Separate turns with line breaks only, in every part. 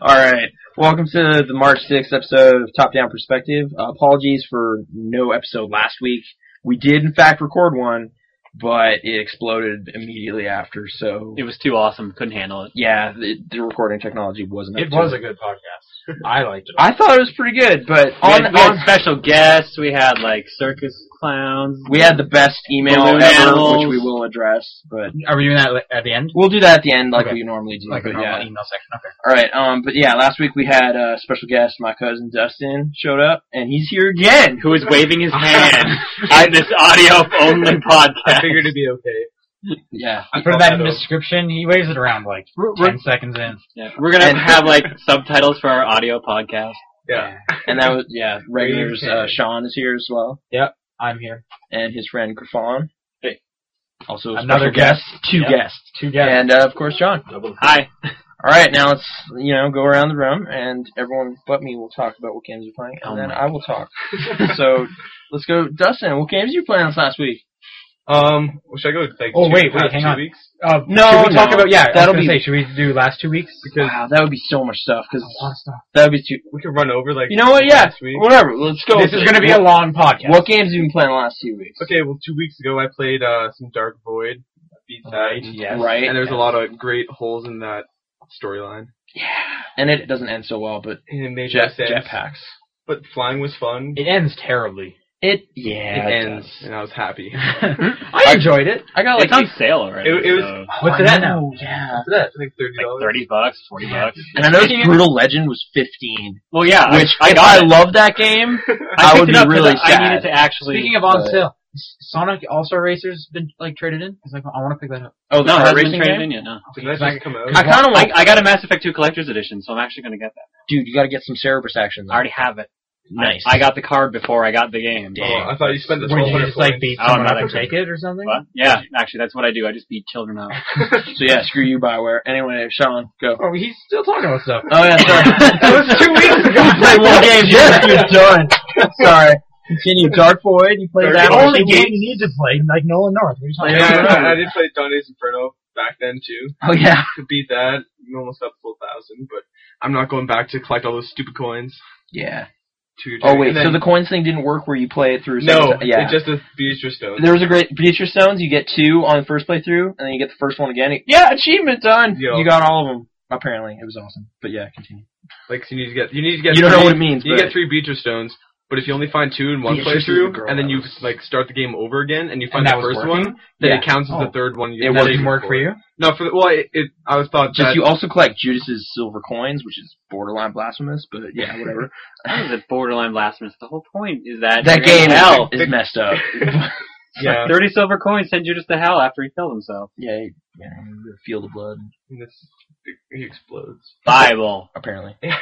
All right. Welcome to the March 6th episode of Top Down Perspective. Uh, apologies for no episode last week. We did, in fact, record one, but it exploded immediately after, so.
It was too awesome. Couldn't handle it.
yeah, the, the recording technology wasn't. up
It
to
was a good podcast. I liked it.
I thought it was pretty good, but
We
on
had, we had
on-
special guests. We had like circus clowns.
we had the best email
Balloon
ever,
animals.
which we will address, but
Are we doing that at the end?
we'll do that at the end, like
Okay.
we normally do.
Like a
but
normal
yeah.
email section. Okay.
All right. Um. But yeah, last week we had a uh, special guest. My cousin Dustin showed up, and he's here again.
who was waving his hand in this audio only
I
podcast.
figured it'd be okay.
Yeah.
I put that in the description. He waves it around like ten seconds in.
Yeah, we're gonna
And-
have like subtitles for our audio podcast.
And that was yeah. Regulars uh, Sean is here as well,
I'm here.
and his friend Grafon.
Hey.
Also a
Another
special guest. Two
Yeah.
guests.
Two guests.
And uh, of course John.
Hi.
All right. Now let's you know go around the room, and everyone but me will talk about what games we're playing, and
Oh
then
my
I will talk. so let's go, Dustin. What games you playing this last week?
Um, well, should I go with, like
Oh,
two-
wait, wait,
past
hang
two
on.
weeks?
Uh,
No,
should we talk
no.
about? Yeah,
That'll
I was gonna
be-
say, should we do last two weeks? Because
Wow, that would be so much stuff because
a lot of stuff.
that would be too.
We could run over like
You know what? Yeah.
last week.
Whatever. Let's go.
this
with
is
it.
going to be a long podcast.
What games have you been playing the last two weeks?
Okay, well, two weeks ago I played uh some Dark Void B
Oh,
side,
Yes.
Right.
and there's a lot of great holes in that storyline,
Yeah. And it doesn't end so well, but
and it made no
jet
sense.
jetpacks.
But flying was fun.
It ends terribly.
It yeah.
It
it
ends,
does.
and I was happy.
I enjoyed it.
I got like
It's on sale already.
it- it was-
so,
What's it at now?
Oh, Yeah.
After that, I think thirty
like
dollars.
thirty bucks, forty bucks.
And I noticed Brutal Legend was fifteen,
Well, yeah,
which
I, I
if
got
I
it.
love that game, I,
picked
would
it
be
up 'cause
really
I, I needed
sad.
to actually.
Speaking of on
But-
sale, Sonic All Star Racer's been like traded in. 'Cause, like, I want to pick that up.
Oh,
no,
car
it hasn't been
racing
traded
game?
in yet. No,
Did that
Like-
just come out?
I kind of
I,
like.
I got a Mass Effect 2 collector's edition, so I'm actually gonna get that.
Dude, you got to get some Cerebrus action.
I already have it. I-
Nice.
I, got the card before I got the game.
oh, I thought you spent the
Where
twelve
you
hundred
just like beat
I don't
someone
know
up
that
and
game.
take it or something?
What? Yeah, actually, that's what I do. I just beat children up.
So yeah, screw you, Bioware. Anyway, Sean, go.
Oh, he's still talking about stuff.
Oh yeah, sorry.
That was two weeks ago.
You played one game. Yes, you're done. Sorry. Continue. Dark Void. You played
Dark
that
Void.
one.
Only
game you need to play, like Nolan North. What are you
talking
yeah,
about?
I, I did play Dante's Inferno back then too.
Oh yeah.
Could beat that. I'm almost up full thousand, but I'm not going back to collect all those stupid coins.
Yeah.
To your
Oh
turn.
wait,
And then-
so the coins thing didn't work where you play it through.
no,
second- yeah.
it's just a Beatrice stone.
there was a great Beatrice Stones. You get two on the first playthrough, and then you get the first one again. Yeah, achievement done.
Yo.
You got all of them. Apparently, it was awesome. But yeah, continue.
Like so you need to get you need to get
You don't
three,
know what it means,
You
but-
get three Beecher stones, but if you only find two in one
Beatrice is the
playthrough,
girl
and then
that
you
was-
like start the game over again, and you
And
find
that
the
was
first
working?
one, then
Yeah.
it counts as
Oh.
the third one. You
It
did
That
wasn't
didn't work for you?
No, for the, well, it, it I was thought
Just
that
you also collect Judas's silver coins, which is borderline blasphemous. But yeah, whatever.
That is a borderline blasphemous. The whole point is that
that
you're in
game
hell.
is uh, messed up.
yeah,
Thirty silver coins send Judas to hell after he killed himself.
yeah, you know, feel the blood.
and it's- it- he explodes.
Bible.
Apparently,
Yeah,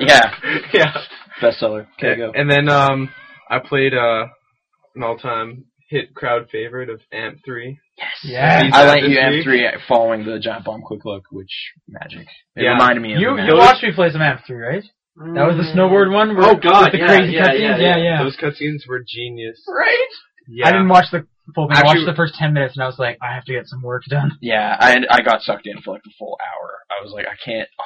yeah,
yeah.
bestseller. Okay, go.
And then um, I played uh an all-time hit crowd favorite of Amp Three.
Yeah.
I
that
let
this
you
week?
M3 following the giant bomb quick look, which magic. It
Yeah.
reminded me of
You,
the
you
magic.
watched me play some Amp 3, right? That was the snowboard one. Where,
Oh, God,
with the
yeah,
crazy
yeah,
cutscenes.
yeah,
yeah.
Those cutscenes were genius.
Right?
Yeah.
I didn't watch the full thing. I watched
Actually-
the first ten minutes, and I was like, I have to get some work done.
Yeah, I I got sucked in for like the full hour. I was like, I can't. oh.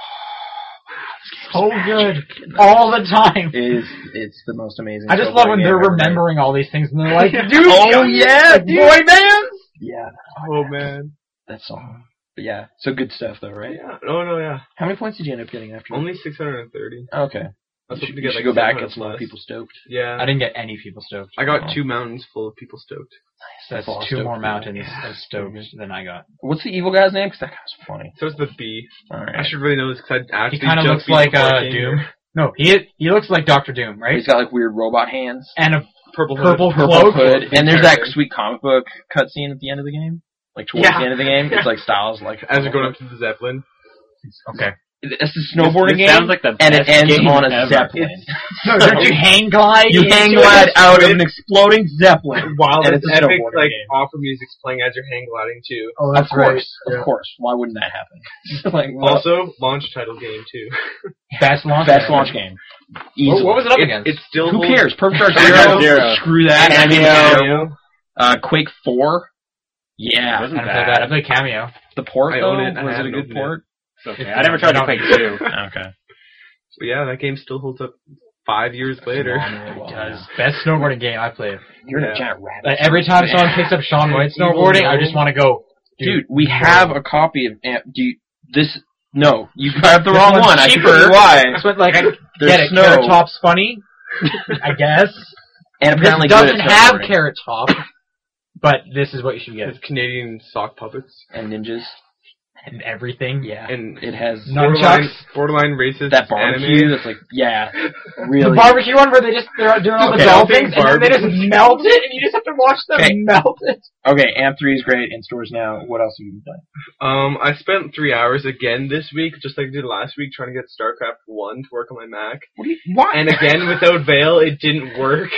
So good, all the time.
It is it's the most amazing.
I just
snowboard
love when
game
they're
ever made.
remembering all these things, and they're like,
Yeah.
dude,
Oh yeah, dude.
boy band.
Yeah,
oh man.
that song. But yeah, so good stuff though, right?
Yeah. Oh no, yeah.
How many points did you end up getting after?
Only six hundred and thirty.
that? okay.
I was
You
hoping
should,
to
you
get
should
like
go back and
700
get some more
plus.
people stoked.
I
Yeah.
didn't get any people stoked.
I got
Oh.
two mountains full of people stoked.
That's
Fall
two
stoked
more
people.
mountains of stoked than I got.
What's the evil guy's name? Because that guy's funny.
So it's the B.
All
I
right.
should really know this because I
He
actually
kind of looks
just
like
before I
uh,
came
Doom.
here.
No, he he looks like Doctor Doom, right?
He's got like weird robot hands,
And a
Purple hood.
purple,
purple
cloak.
hood, and there's that
Perfect.
sweet comic book cutscene at the end of the game. Like towards
Yeah.
the end of the game, it's like Styles like oh,
As we're going up to the Zeppelin.
Okay.
It's a snowboarding game,
This sounds like the
and it
best
ends
game
on a
ever.
zeppelin.
No, don't you hang glide?
You
into
hang
it?
glide out of an exploding zeppelin.
While
And
this
it's a
epic
snowboarding
like
game.
opera music's playing as you're hang gliding too.
Oh,
Of
that's right.
course, of course. Why wouldn't that happen? like what-
Also, launch title game too.
Best launch.
best
ever.
launch game.
What,
Easily.
what was it up
It,
against?
it still
Who
holds-
cares? Perfect Dark Zero.
Zero. Zero.
Screw that. I mean,
Cameo.
Uh, Quake Four.
It
Yeah,
wasn't
I don't play that. I
bad.
play cameo.
the port
I
though
own it. I
was it a
haven't
good
opened it.
port?
It's okay. I never tried to play two.
Okay.
But yeah, that game still holds up five years later.
Wow.
It does. Best snowboarding game I played.
You're
Yeah.
a giant rabbit.
Like, every time someone picks up Sean White snowboarding, I just want to go.
Dude, we have a copy of Amp. Do you, this? No, you grabbed the
This
wrong
one's
one. I can
cheaper.
tell you why.
That's what like I
There's
get it.
snow.
Carrot Top's funny, I guess.
And apparently
this doesn't
good at
have
snowboarding.
Carrot Top, but this is what you should get.
It's Canadian sock puppets
and ninjas.
And everything, yeah.
and
It has
borderline,
Nunchucks.
borderline racist
that barbecue.
anime.
That's like yeah, really.
The barbecue one where they just they're doing all the
Okay.
dolphins and then they
Barbecue.
just melt it and you just have to watch them
Okay.
melt it.
okay, Amp Three is great in stores now. What else have you been playing?
Um, I spent three hours again this week, just like I did last week, trying to get StarCraft One to work on my Mac.
What do you? Why?
And again, without Veil, it didn't work.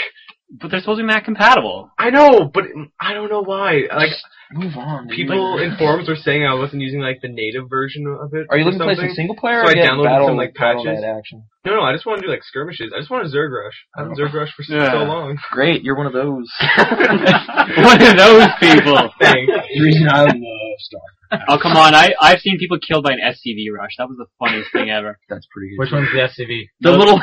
But they're supposed to be Mac compatible.
I know, but I don't know why. Like
move on. man.
people
Like-
in forums were saying I wasn't using like the native version of it.
Are you
or
looking to play some
something.
single player?
So
or
I
get
downloaded
battle,
some, like,
battle
patches.
net action.
No, no, I just want to do like skirmishes. I just want a Zerg Rush. I
Oh.
haven't Zerg Rush for so-
Yeah.
so long.
Great, you're one of those.
One of those people.
Thing.
the reason I love Star.
Oh come on! I I've seen people killed by an SCV rush. That was the funniest thing ever.
That's pretty good.
Which one's the SUV?
The
The-
little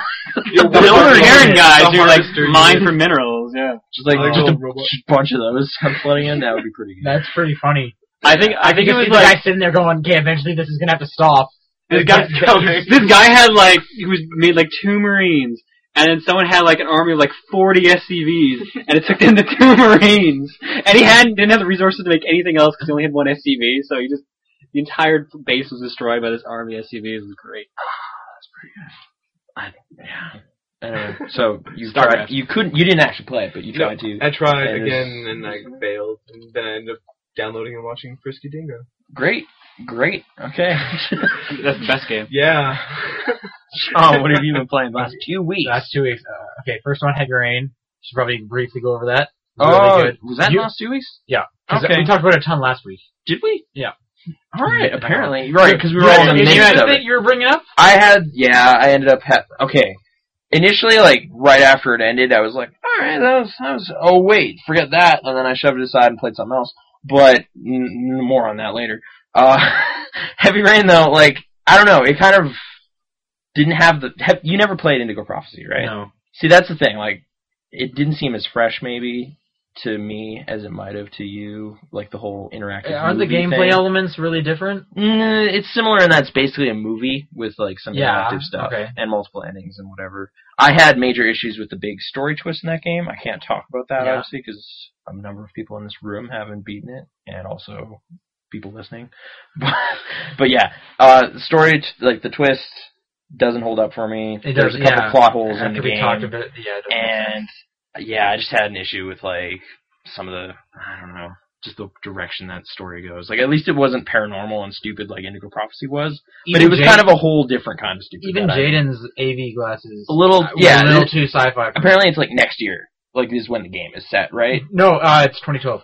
Your
the little
robot-
Karen guys
the
who like
harvester
mine
unit.
for minerals. Yeah.
Just like
Oh.
just a
Robot.
bunch of those I'm flooding in. That would be pretty good.
That's pretty funny.
I think I think it
you
was
see the
like
guy sitting there going, "Okay, eventually this is gonna have to stop."
this guy. This guy had like he was made like two Marines, and then someone had like an army of like forty SCVs, and it took them the two Marines, and he had didn't have the resources to make anything else because he only had one SCV, so he just the entire base was destroyed by this army of SCVs. It was great.
Anyway, so you
Starcraft.
tried. You couldn't. You didn't actually play it, but you
No,
tried to.
I tried
And
again
it's-
and I failed. And then I ended up downloading and watching Frisky Dingo.
Great, great. Okay.
That's the best game.
Yeah.
Sean, Oh, what have you been playing the last two weeks?
Last two weeks. Uh, okay, first one, Heavy Rain. Should probably briefly go over that.
oh,
really good.
was that
You-
last two weeks?
'Cause
okay.
we talked about it a ton last week.
Did we?
Yeah.
All right.
Yeah.
Apparently, right? Because we were all in the
you had
midst of
anything
it.
you were bringing up?
I had. Yeah, I ended up. Ha- okay. Initially, like right after it ended, I was like, "All right, that was that was." Oh wait, forget that. And then I shoved it aside and played something else. But n- n- more on that later. Uh, Heavy Rain though, like I don't know, it kind of didn't have the. Have, you never played Indigo Prophecy, right?
No.
See, that's the thing. Like, it didn't seem as fresh, maybe, to me as it might have to you. Like the whole interactive.
Aren't the
movie
gameplay
thing.
elements really different?
Mm, it's similar in that it's basically a movie with like some
Yeah,
interactive stuff
okay.
and multiple endings and whatever. I had major issues with the big story twist in that game. I can't talk about that
Yeah.
obviously because a number of people in this room haven't beaten it, and also people listening. But, but yeah, uh, the story t- like the twist doesn't hold up for me.
It
There's
does,
a couple
yeah.
plot holes in the
After we
game
talked about it, yeah. it doesn't make sense.
and yeah, I just had an issue with like some of the I don't know, just the direction that story goes. Like at least it wasn't paranormal and stupid like Indigo Prophecy was, but it was kind of a whole different kind of stupid.
even
that I-
Jaden's AV glasses.
a little
were
yeah.
a little
it-
too sci-fi. for me.
apparently, it's like next year. Like is when the game is set, right?
No, uh, it's 2012.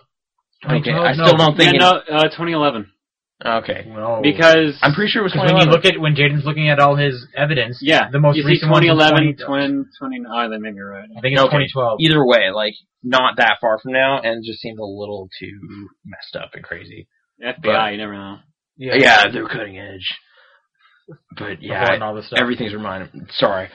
Okay,
2012?
I still don't
Yeah,
think.
no, uh, 2011
it, okay,
No.
because
I'm pretty sure it was.
Because when you
2011.
look at when Jaden's looking at all his evidence,
yeah
the most
you see
recent one is
2011,
2012.
20, 20, oh, that may be right.
I think it's
Okay.
2012.
either way, like not that far from now, and it just seemed a little too messed up and crazy.
FBI,
But-
you never know.
Yeah, they're cutting edge. But yeah,
Before
I-
and all this stuff.
Everything's reminding. Sorry.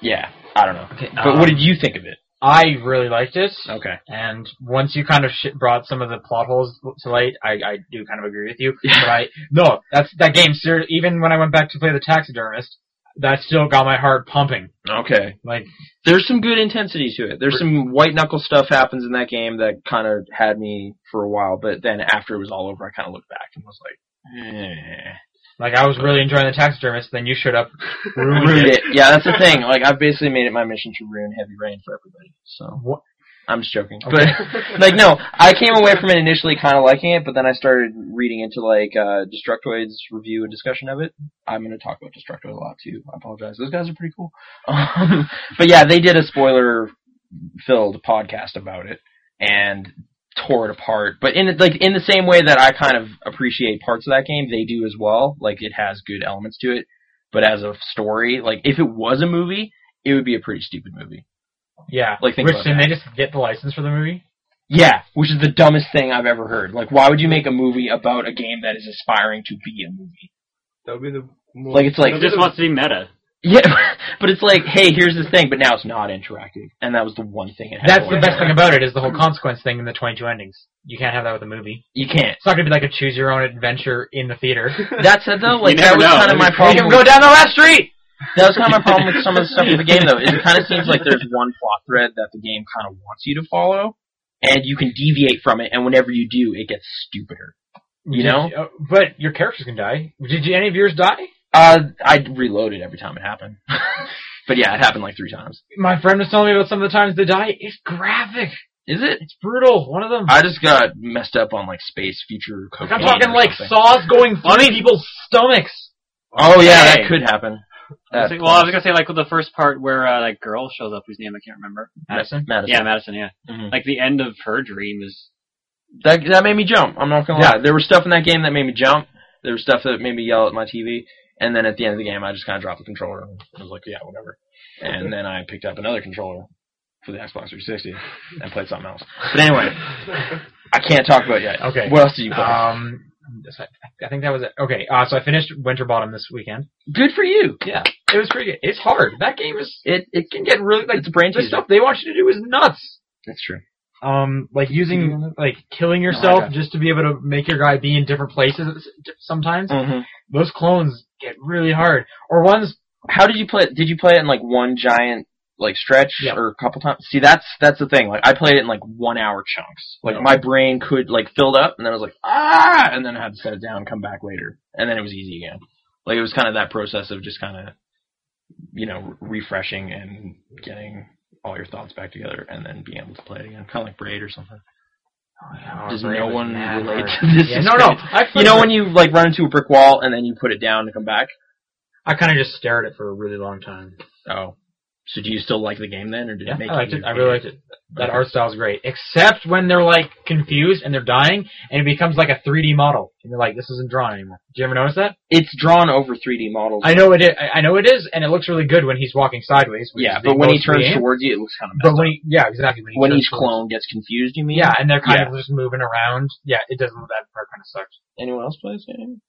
Yeah, I don't know.
Okay,
But what
um,
did you think of it?
I really liked it,
Okay.
and once you kind of sh- brought some of the plot holes to light, I, I do kind of agree with you. But I no, that's that game. Ser- even when I went back to play the taxidermist, that still got my heart pumping.
Okay.
Like
There's some good intensity to it. There's some white knuckle stuff happens in that game that kind of had me for a while, but then after it was all over, I kind of looked back and was like, eh.
like I was really enjoying the taxidermist. Then you showed up, ruined
ruined
it.
it. Yeah, that's the thing. Like I've basically made it my mission to ruin Heavy Rain for everybody. So
What?
I'm just joking,
Okay.
but like no, I came away from it initially kind of liking it, but then I started reading into like uh, Destructoid's review and discussion of it. I'm going to talk about Destructoid a lot too. I apologize. Those guys are pretty cool. Um, but yeah, they did a spoiler-filled podcast about it and tore it apart. But in like in the same way that I kind of appreciate parts of that game, they do as well. Like it has good elements to it but as a story, like if it was a movie, it would be a pretty stupid movie.
Yeah,
Like, think
which
about
then
that.
they just get the license for the movie.
Yeah, which is the dumbest thing I've ever heard. Like, why would you make a movie about a game that is aspiring to be a movie?
That would be the more
Like it's like
it just wants to be meta.
yeah, but it's like hey, here's this thing, but now it's not interactive, and that was the one thing it had.
That's the
going
best
for
thing
it.
about it is the whole consequence thing in the 22 endings. You can't have that with a movie.
You can't.
It's not going to be like a choose your own adventure in the theater.
That said though, like
You
that
never
was
know.
kind of my
You
problem. with-
down the last street.
That was kind of my problem with some of the stuff in the game, though. It kind of seems like there's one plot thread that the game kind of wants you to follow, and you can deviate from it, and whenever you do, it gets stupider. You know?
uh, but your characters can die. Did you, any of yours die?
Uh, I reloaded every time it happened. but yeah, it happened like three times.
My friend was telling me about some of the times they die. It's graphic.
Is it?
It's brutal. One of them.
I just got messed up on like space future
Like,
cocaine.
I'm talking
or
like
something.
saws going through people's stomachs.
Oh yeah, that
Hey.
could happen.
I
That-
was like- well, I was gonna say like with the first part where uh, that girl shows up whose name I can't remember.
Madison.
Yeah, Mm-hmm.
Madison.
Madison. Yeah,
Mhm.
like the end of her dream is.
That that made me jump. I'm not gonna
Yeah.
lie. There was stuff in that game that made me jump. There was stuff that made me yell at my TV. And then at the end of the game, I just kind of dropped the controller and I was like, yeah, whatever. And then I picked up another controller for the Xbox 360 and played something else. But anyway, I can't talk about it yet.
Okay.
What else did you play?
Um, I think that was it. Okay, uh, so I finished Winterbottom this weekend.
Good for you.
Yeah, it was pretty good. It's hard. That game is.
It it
It can get really like
It's a brain
the
teaser.
stuff they want you to do is nuts.
That's true.
Um, like using like killing
I
yourself
got
just to be able to make your guy be in different places. Sometimes
hmm
those clones get really hard, or ones
How did you play? it? Did you play it in like one giant like stretch
Yeah.
or a couple times? See, that's that's the thing. Like I played it in like one hour chunks. Like
Yeah.
my brain could like filled up, and then I was like ah, and then I had to set it down, come back later, and then it was easy again. Like it was kind of that process of just kind of you know re- refreshing and getting all your thoughts back together, and then being able to play it again, kind of like Braid or something. Does no one relate to this?
Yeah, no, no.
experience?
I
You know when you like run into a brick wall and then you put it down to come back.
I kind of just stared at it for a really long time.
Oh. So do you still like the game then, or did
Yeah, Oh,
it make
I liked
you?
it. I really liked it.
Okay.
That art style's great, except when they're like confused and they're dying, and it becomes like a 3D model, and you're like, "This isn't drawn anymore." Do you ever notice that?
It's drawn over 3D models.
I know it. Is, I I know it is, and it looks really good when he's walking sideways. which
yeah,
is the
but when he
most 3D
turns
aim.
towards you, it looks kind of messed
but when he, yeah, exactly when,
up.
he
When
turns
each
towards-
clone gets confused, you mean?
yeah, and they're kind
Yeah.
of just moving around. Yeah, it doesn't. That part kind of sucks.
Anyone else plays game?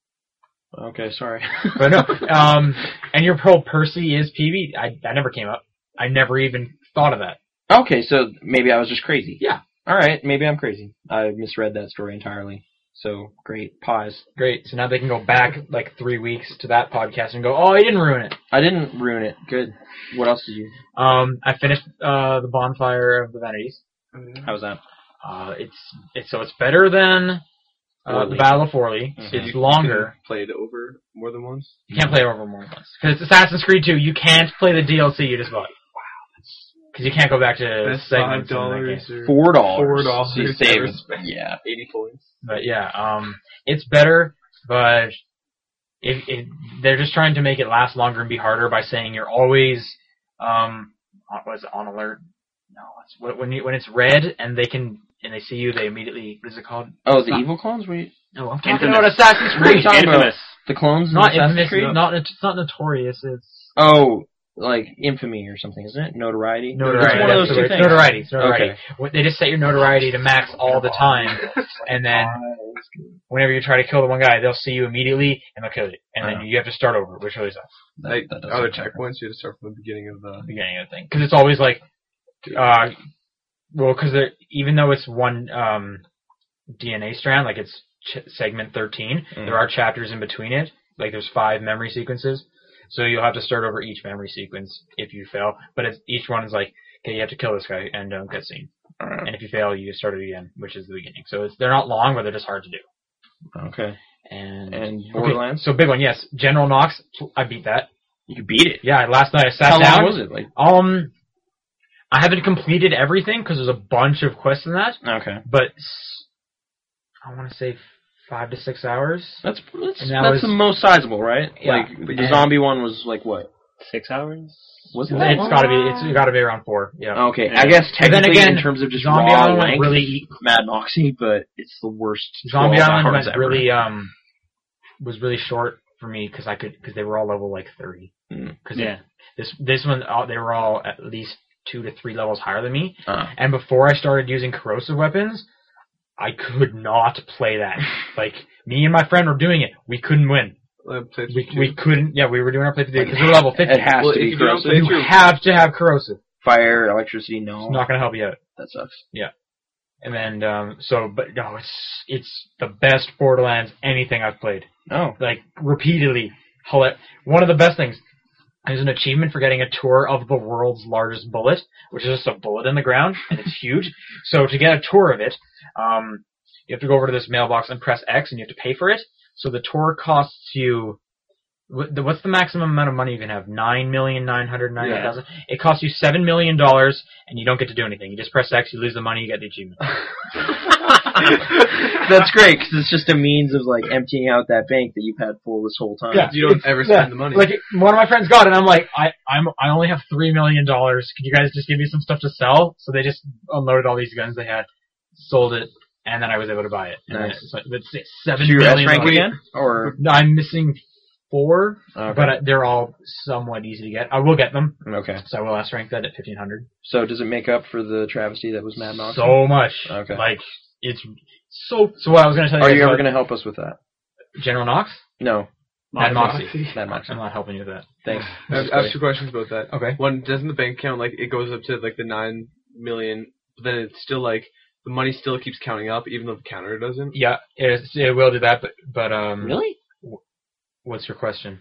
uh, Okay, sorry.
But no, um, and your pro Percy is PB. I that never came up. I never even thought of that.
okay, so maybe I was just crazy.
Yeah.
All right, maybe I'm crazy. I misread that story entirely. So great pause.
Great. So now they can go back like three weeks to that podcast and go, "Oh, I didn't ruin it."
I didn't ruin it. Good. What else did you?
Um, I finished uh, the bonfire of the vanities.
How was that?
Uh, it's it's so it's better than uh, the
Orly.
Battle of Forley.
Mhm.
It's longer.
Played over more than once.
You can't play it over more than once because Assassin's Creed 2. You can't play the DLC you just bought. Wow, because you can't go back to
That's five
segments in that game.
dollars or
Four dollars.
Four dollars.
So you
I
saved-
respect.
Yeah.
eighty points.
But yeah, um, it's better, but if, if they're just trying to make it last longer and be harder by saying you're always um, on- was it on alert. No, it's, when- when you, when it's red and they can and they see you, they immediately what is it called?
Oh, the
Not-
evil clones? Were you,
No, I'm
talking
talking
about
about Assassin's Creed.
Talking about-
Infamous.
the clones? in
not
Assassin's
infamous,
Creed?
not it's not notorious. It's
Oh, like infamy or something, isn't it? Notoriety.
Notoriety,
It's one of those
that's the
two
word.
things.
Notoriety, it's notoriety.
Okay.
What- They just set your notoriety to max all the time, and then whenever you try to kill the one guy, they'll see you immediately and they'll kill you, and
Uh-huh.
then you have to start over, which really sucks.
That-
like
that doesn't
other
matter.
checkpoints, you had to start from the beginning of uh, the.
beginning of the thing because it's always like, uh, well, because even though it's one um, DNA strand, like it's ch- segment thirteen,
Mm.
there are chapters in between it. Like there's five memory sequences, so you'll have to start over each memory sequence if you fail. But it's, each one is like, okay, you have to kill this guy and don't get seen. And if you fail, you start it again, which is the beginning. So it's, they're not long, but they're just hard to do.
Okay.
And,
And
Okay,
Borderlands.
so big one, yes. General Knox, I beat that.
You beat it.
Yeah, last night I sat
How
down.
long was it? Like
Um, I haven't completed everything because there's a bunch of quests in that,
okay.
but s- I want to say five to six hours.
That's that's,
And that
that's
was-
the most sizable, right?
Yeah.
Like the
And-
zombie one was like what?
Six hours.
Was it that
It's
long?
got to be. It's got to be around four. Yeah.
Okay,
Yeah.
I guess
But then
technically
again,
in terms of just
Zombie
raw
Island went
length,
really.
Mad Moxie, but it's the worst.
Zombie
12
Island
hours
went
ever.
really um was really short for me because I could because they were all level like thirty.
Mm.
Because
Yeah.
this this one uh, they were all at least two to three levels higher than me,
Uh,
and before I started using corrosive weapons, I could not play that. like me and my friend were doing it, we couldn't win.
uh, playthrough
We,
two.
we couldn't. Yeah, we were doing our playthrough because we're level fifty.
It has
Well,
to be
if you don't
corrosive.
play-
you
Playthrough.
have to have corrosive.
Fire, electricity, no.
It's not gonna help you out.
that sucks.
And then um, so, but no, it's it's the best Borderlands anything I've played.
No.
Like repeatedly. Hell, One of the best things. There's an achievement for getting a tour of the world's largest bullet, which is just a bullet in the ground, and it's huge. So to get a tour of it, um, you have to go over to this mailbox and press X, and you have to pay for it. So the tour costs you. wh- the- What's the maximum amount of money you can have? Nine million nine hundred ninety thousand. It costs you seven million dollars, and you don't get to do anything. You just press X, you lose the money, you get the achievement.
That's great because it's just a means of like emptying out that bank that you've had full this whole time.
Yeah.
you don't
It's-
ever
yeah,
spend the money.
Like one of my friends got it, and I'm like, I I'm I only have three million dollars. Can you guys just give me some stuff to sell? So they just unloaded all these guns they had, sold it, and then I was able to buy it. And
Nice.
It's like, that's it, seven
So you're S
million
rank
dollars.
again, or
No, I'm missing four,
okay.
but uh, they're all somewhat easy to get. I will get them,
okay.
so I will S rank that at fifteen hundred.
So does it make up for the travesty that was Mad Mox?
So much,
Okay.
Like it's so. So what I was gonna tell you,
are
guys
you ever
about
going to help us with that?
General Knox?
No,
Mad Moxie.
Mad Mox.
I'm not helping you with that.
Thanks.
I have, I have two questions about that.
Okay.
One, doesn't the bank account like it goes up to like the nine million, but then it's still like the money still keeps counting up, even though the counter doesn't.
Yeah, it's, it will do that, but but um.
Really?
What's your question?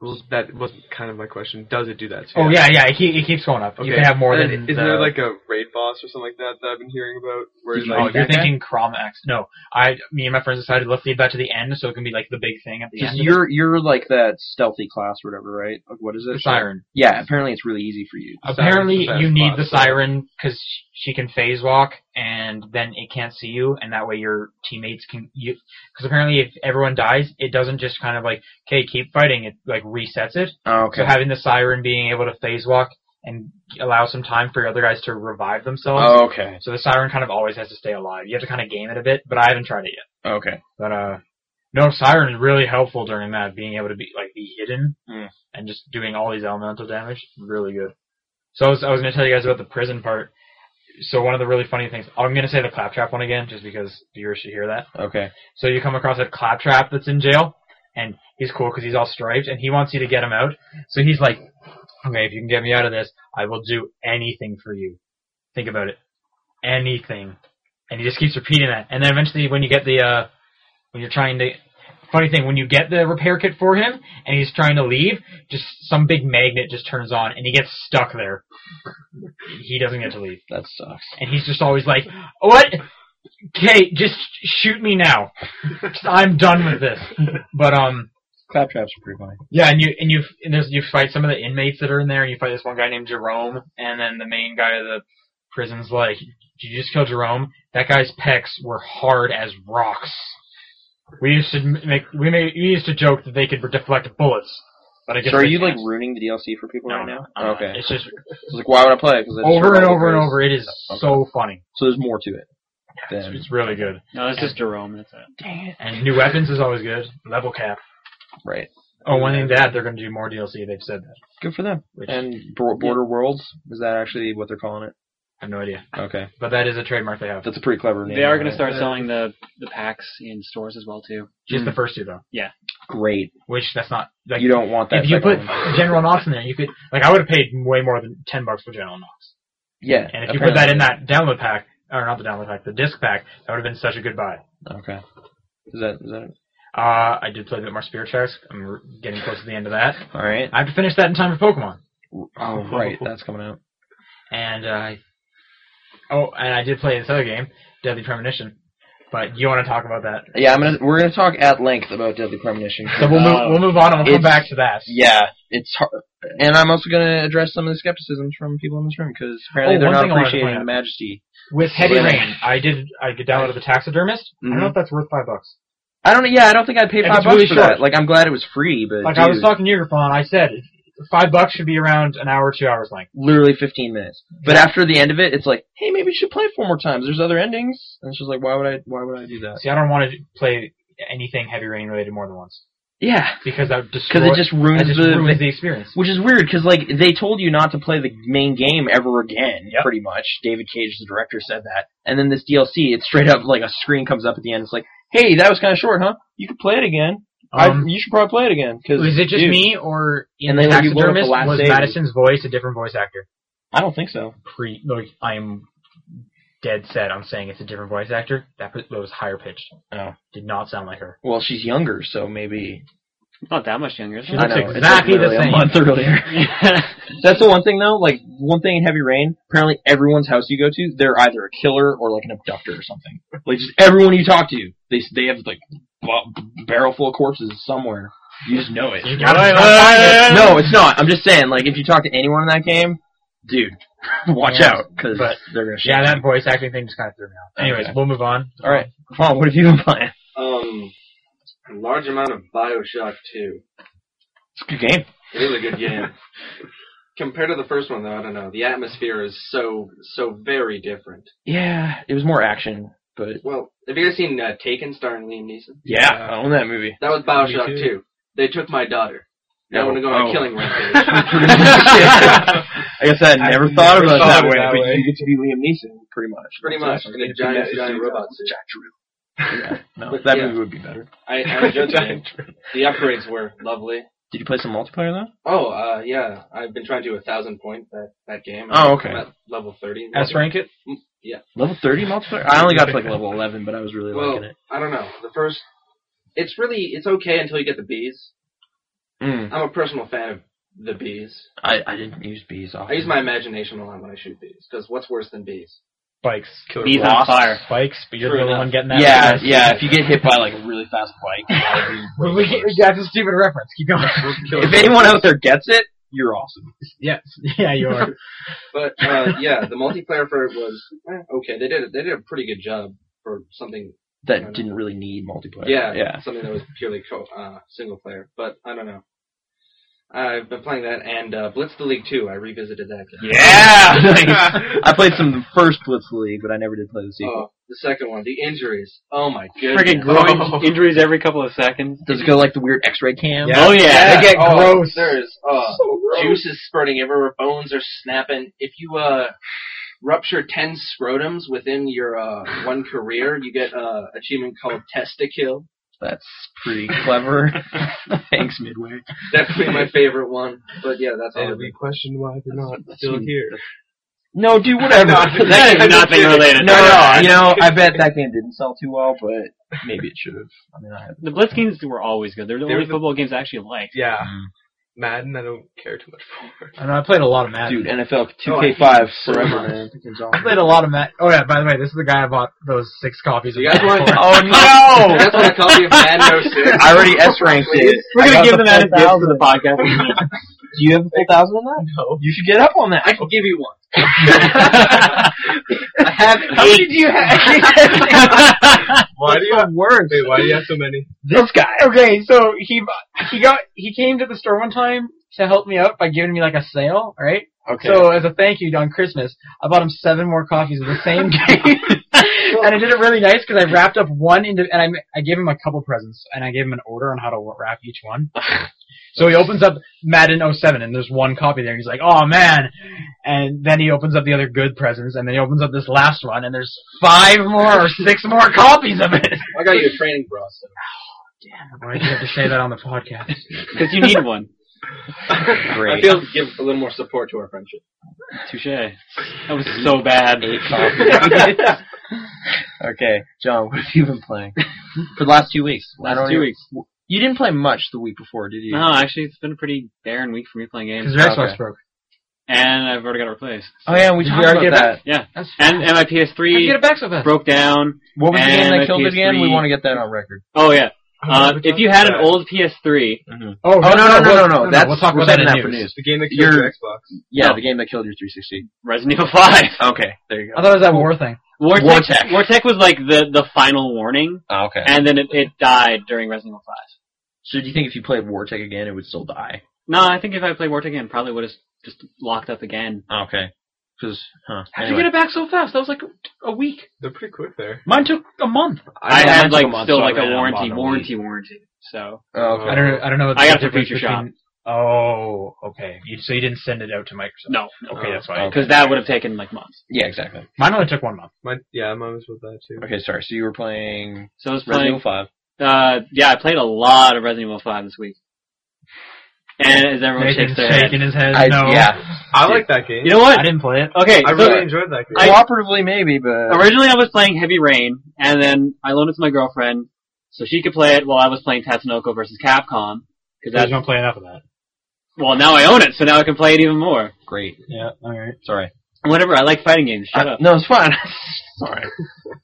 Well, that wasn't kind of my question. Does it do that? too?
Oh yeah, yeah, it, keep, it keeps going up. You
Okay.
can have more
And
than.
Isn't
the,
there like a raid boss or something like that that I've been hearing about? Where
Did
it's
you
like,
Oh,
that
you're
guy?
thinking Chromax? No, I, me and my friends decided let's leave that to the end, so it can be like the big thing at the
Because
end.
you're you're like that stealthy class, or whatever, right? Like, what is it?
the siren.
Yeah. Apparently, it's really easy for you.
Apparently,
Siren's the
you
best
need
boss,
the
so-
siren because she can phase walk, and then it can't see you, and that way your teammates can you. Because apparently, if everyone dies, it doesn't just kind of like okay, keep fighting. It like resets it.
Oh, okay.
So having the siren being able to phase walk and allow some time for your other guys to revive themselves.
Oh, okay.
So the siren kind of always has to stay alive. You have to kind of game it a bit, but I haven't tried it yet.
Okay.
But uh, no, siren is really helpful during that, being able to be like be hidden
Mm.
and just doing all these elemental damage, really good. So I was I was gonna tell you guys about the prison part. So one of the really funny things, I'm gonna say the claptrap one again, just because viewers should hear that.
Okay.
So you come across a claptrap that's in jail, and he's cool because he's all striped, and he wants you to get him out. So he's like, "Okay, if you can get me out of this, I will do anything for you." Think about it, anything, and he just keeps repeating that. And then eventually, when you get the, uh, when you're trying to, funny thing, when you get the repair kit for him, and he's trying to leave, just some big magnet just turns on, and he gets stuck there. He doesn't get to leave
That sucks.
and he's just always like, "What? Okay, just shoot me now. Just- I'm done with this." But um,
Claptraps are pretty funny.
yeah, and you and you and there's, you fight some of the inmates that are in there, and you fight this one guy named Jerome, and then the main guy of the prison's like, "Did you just kill Jerome? That guy's pecs were hard as rocks." We used to make we made we used to joke that they could deflect bullets, but I guess
So are
they
you like
can't.
ruining the DLC for people
No,
right
no,
now?
I'm not.
okay.
It's just
It's like why would I play? Because
over and over and over. It is
Okay.
so funny.
So there's more to it.
It's,
Than,
it's really good.
No, it's just Jerome. That's it.
And new weapons is always good. Level cap.
right.
Oh, one thing to add, they're going to do more DLC. They've said that.
Good for them.
Which
And Bor- Border Worlds is that actually what they're calling it?
I have no idea.
Okay.
But that is a trademark they have.
That's a pretty clever name.
They are going
right?
to start
Uh,
selling the the packs in stores as well too.
Just the
Mm.
first two, though.
great.
Which that's not like
you don't want that.
if you put
second one.
General Knox in there, you could like I would have paid way more than ten bucks for General Knox.
yeah,
And if you put that in that download pack, or not the download pack, the disc pack, that would have been such a good buy.
Okay. Is that is that
Uh, I did play a bit more Spirit Tracks. I'm r- getting close to the end of that.
all right?
I have to finish that in time for Pokemon.
Oh, right, that's coming out.
And uh, I- oh, and I did play this other game, Deadly Premonition. But you want to talk about that?
Yeah, I'm gonna we're gonna talk at length about Deadly Premonition. 'cause,
So we'll
uh,
move, we'll move on and we'll come
It's-
back to that.
yeah, it's hard, and I'm also gonna address some of the skepticisms from people in this room because apparently
Oh,
they're
one
not
thing I wanted to point
appreciating
out.
Majesty.
With Heavy
Really?
Rain, I did. I downloaded the Taxidermist. I don't know if that's worth five bucks.
I don't. Yeah, I don't think I'd pay
If
five
it's
bucks
really
for
short.
that. Like, I'm glad it was free, but
Like I was
dude,
talking to your phone, I said five bucks should be around an hour, two hours length.
literally 15 minutes. But after the end of it, it's like, hey, maybe we should play it four more times. There's other endings, and it's just like, why would I? Why would I do that?
See, I don't want to play anything Heavy Rain related more than once
Yeah,
because that would destroy.
because it just ruins
that just
the
ruins the experience.
Which is weird because like they told you not to play the main game ever again,
Yep.
pretty much. David Cage, the director, said that. And then this DLC, it's straight up like a screen comes up at the end. It's like, hey, that was kind of short, huh? You could play it again. I,
Um,
you should probably play it again because
was it just me or in
And
the
then when you load up the
taxidermist
last
was
save-
Madison's voice a different voice actor?
I don't think so.
Pre like I am dead set on saying it's a different voice actor. That, put- that was higher pitched.
Oh.
Did not sound like her.
Well, she's younger, so maybe
Not that much younger. Is
She
I
looks
know, it's
exactly the
literally
same.
A month earlier.
it?
That's the one thing though. Like one thing in Heavy Rain, apparently everyone's house you go to, they're either a killer or like an abductor or something. Like just everyone you talk to, they they have like b- barrel full of corpses somewhere. You just know it.
You gotta
Wait,
stop
wait,
talking.
wait,
no, it's not. I'm just saying. Like if you talk to anyone in that game, dude, watch
Yeah,
out because
but-
they're gonna. shoot
Yeah,
you.
that voice acting thing just kind of threw me off. Anyways,
Okay.
we'll move on.
All right, Vaughn, what have you been playing?
Um, a large amount of Bioshock 2.
It's a good game.
It is a good game. Compared to the first one, though, I don't know. The atmosphere is so so very different.
Yeah, it was more action, but
Well, have you guys seen uh, Taken starring Liam Neeson?
yeah, I own that movie.
That was Bioshock
too.
2. They took my daughter. Now I want to go
Oh.
Oh.
on a killing rampage.
I guess I had
I
never
never
thought about it
thought
that
of it
way,
that
but
way.
you get to be Liam Neeson, pretty much.
Pretty much, in a giant, giant robot suit.
Yeah, no,
But,
that
yeah.
movie would be better.
I, I enjoyed the game. The upgrades were lovely.
Did you play some multiplayer though?
Oh, uh, yeah. I've been trying to do a thousand point that, that game.
Oh, okay.
I'm at level 30.
Um, S rank it.
Level thirty multiplayer? I only got to like level eleven, but I was really
Well,
liking it.
I don't know. The first, it's really, it's okay until you get the bees.
Mm,
I'm a personal fan of the bees.
I I didn't use bees off.
I use my imagination a lot when I shoot bees, because what's worse than bees?
Bikes.
Bees on fire.
Bikes, but you're
True
the only
enough.
one getting that.
Yeah, yeah. If you get hit by like a really fast bike,
we, we that's a stupid reference. Keep going.
if anyone out there gets it, you're awesome.
yes. Yeah, you are.
But uh, yeah, the multiplayer for it was eh, okay. They did they did a pretty good job for something.
That didn't really need multiplayer.
Yeah,
yeah.
something that was purely co- uh, single player. But I don't know. I've been playing that and uh, Blitz the League too. I revisited that. Game.
Yeah! Nice. I played some of the first Blitz League, but I never did play the sequel.
Oh, the second one, the injuries. Oh my goodness.
Freaking growing
Oh.
injuries every couple of seconds.
Does it go like the weird X-ray cam?
Oh yeah.
Yeah,
They get
oh,
gross.
There's uh,
So gross.
juice is spurting everywhere. Bones are snapping. If you uh, rupture ten scrotums within your uh, one career, you get uh, achievement called testicle.
That's pretty clever. Thanks, Midway.
Definitely my favorite one. But yeah, that's
Oh,
all.
And
I
we
did.
question why they're not
That's-
still
that's-
here.
No, dude, whatever.
That is nothing related.
No,
Come
no,
on.
you know, I bet that game didn't sell too well, but maybe it should have. I mean, I had.
The Blitz games were always good. They're the only
They were the-
football games I actually liked.
Yeah.
Mm.
Madden, I don't care too much for.
I, know, I played a lot of Madden.
Dude, NFL 2K5
so
forever,
much.
man.
I played a lot of Madden. Oh yeah. By the way, this is the guy I bought those six copies of.
You guys
Madden
want-
for.
Oh
You guys
no!
want a copy of Madden 06?
I already S ranked it.
We're
I
gonna
got
give them out as
full
gifts for the
1,000.
podcast.
Do you have a full thousand on that?
No.
You should get up on that.
I can give you one.
I have How many do you have?
Why do you have words? Wait, why do you have so many?
this guy.
okay, so he bu- he got he came to the store one time to help me out by giving me like a sale, right?
Okay.
So as a thank you on Christmas, I bought him seven more copies of the same game, and I did it really nice because I wrapped up one into, and I ma- I gave him a couple presents, and I gave him an order on how to wrap each one. So he opens up Madden 07, and there's one copy there, and he's like, "Oh man!" And then he opens up the other good presents, and then he opens up this last one, and there's five more or six more copies of it.
I got you a training bra. So.
Why did you have to say that on the podcast?
Because you need one.
I
Great.
feel to give a little more support to our friendship.
Touche. That was so bad.
okay, John, what have you been playing for the last two weeks? I
Last
don't
two
even-
weeks.
You didn't play much the week before, did you?
No, actually, it's been a pretty barren week for me playing games,
Because your Xbox
Okay.
broke.
and I've already got replaced.
Oh yeah, we
Did
talked
you already
about
get
that.
Yeah,
That's
and and my
How'd you get
PS3
it back so fast?
broke down.
What was the game
And
that
my
killed it again? We
PS3.
want to get that on record.
Oh yeah.
I
Uh,
don't know,
if you had an
uh,
old PS3,
Oh no no no no no. That's
we'll talk
we're
about that
saving
in
for
news.
news.
the game that killed
You're-
your Xbox.
Yeah,
No.
the game that killed your 360.
Resident Evil 5,
Okay, there you
I
go.
thought it was that war thing.
Wartech,
Wartech.
Wartech, was like the the final warning,
Oh, okay.
and then it, it died during Resident Evil 5.
So do you think if you played Wartech again, it would still die?
No, I think if I played Wartech again, probably would have just locked up again.
Ah, Okay. Because huh.
How'd
anyway.
you get it back so fast? That was like a week.
They're pretty quick there.
Mine took a month.
I,
know, mine
had
took
like
a month,
still
so I
like
ran
a
out of
warranty,
bottom
warranty, warranty. So
Oh,
I don't. I don't know. What
I
the
got it for
difference
Future
between- Oh, okay. You, so you didn't send it out to Microsoft.
no,
Okay, that's why.
Oh,
because that would have taken like months.
Yeah, exactly.
Mine only took one month.
My, yeah, mine was with that too.
Okay, sorry. So you were playing
So I was
Resident Evil
playing.
5.
Uh, yeah, I played a lot of Resident Evil 5 this week. And as everyone
Nathan's
shakes their head.
shaking his head.
I,
no.
Yeah.
I like that game.
You know what?
I didn't play it.
Okay,
I
so
really enjoyed that game.
Cooperatively, maybe, but
originally I was playing Heavy Rain, and then I loaned it to my girlfriend so she could play it while I was playing Tatsunoko versus Capcom. Cause
I
that's,
don't play enough of that.
well, now I own it, so now I can play it even more.
great.
Yeah, alright.
Sorry.
Whatever, I like fighting games. Shut
Uh,
up.
no, it's fine. Sorry.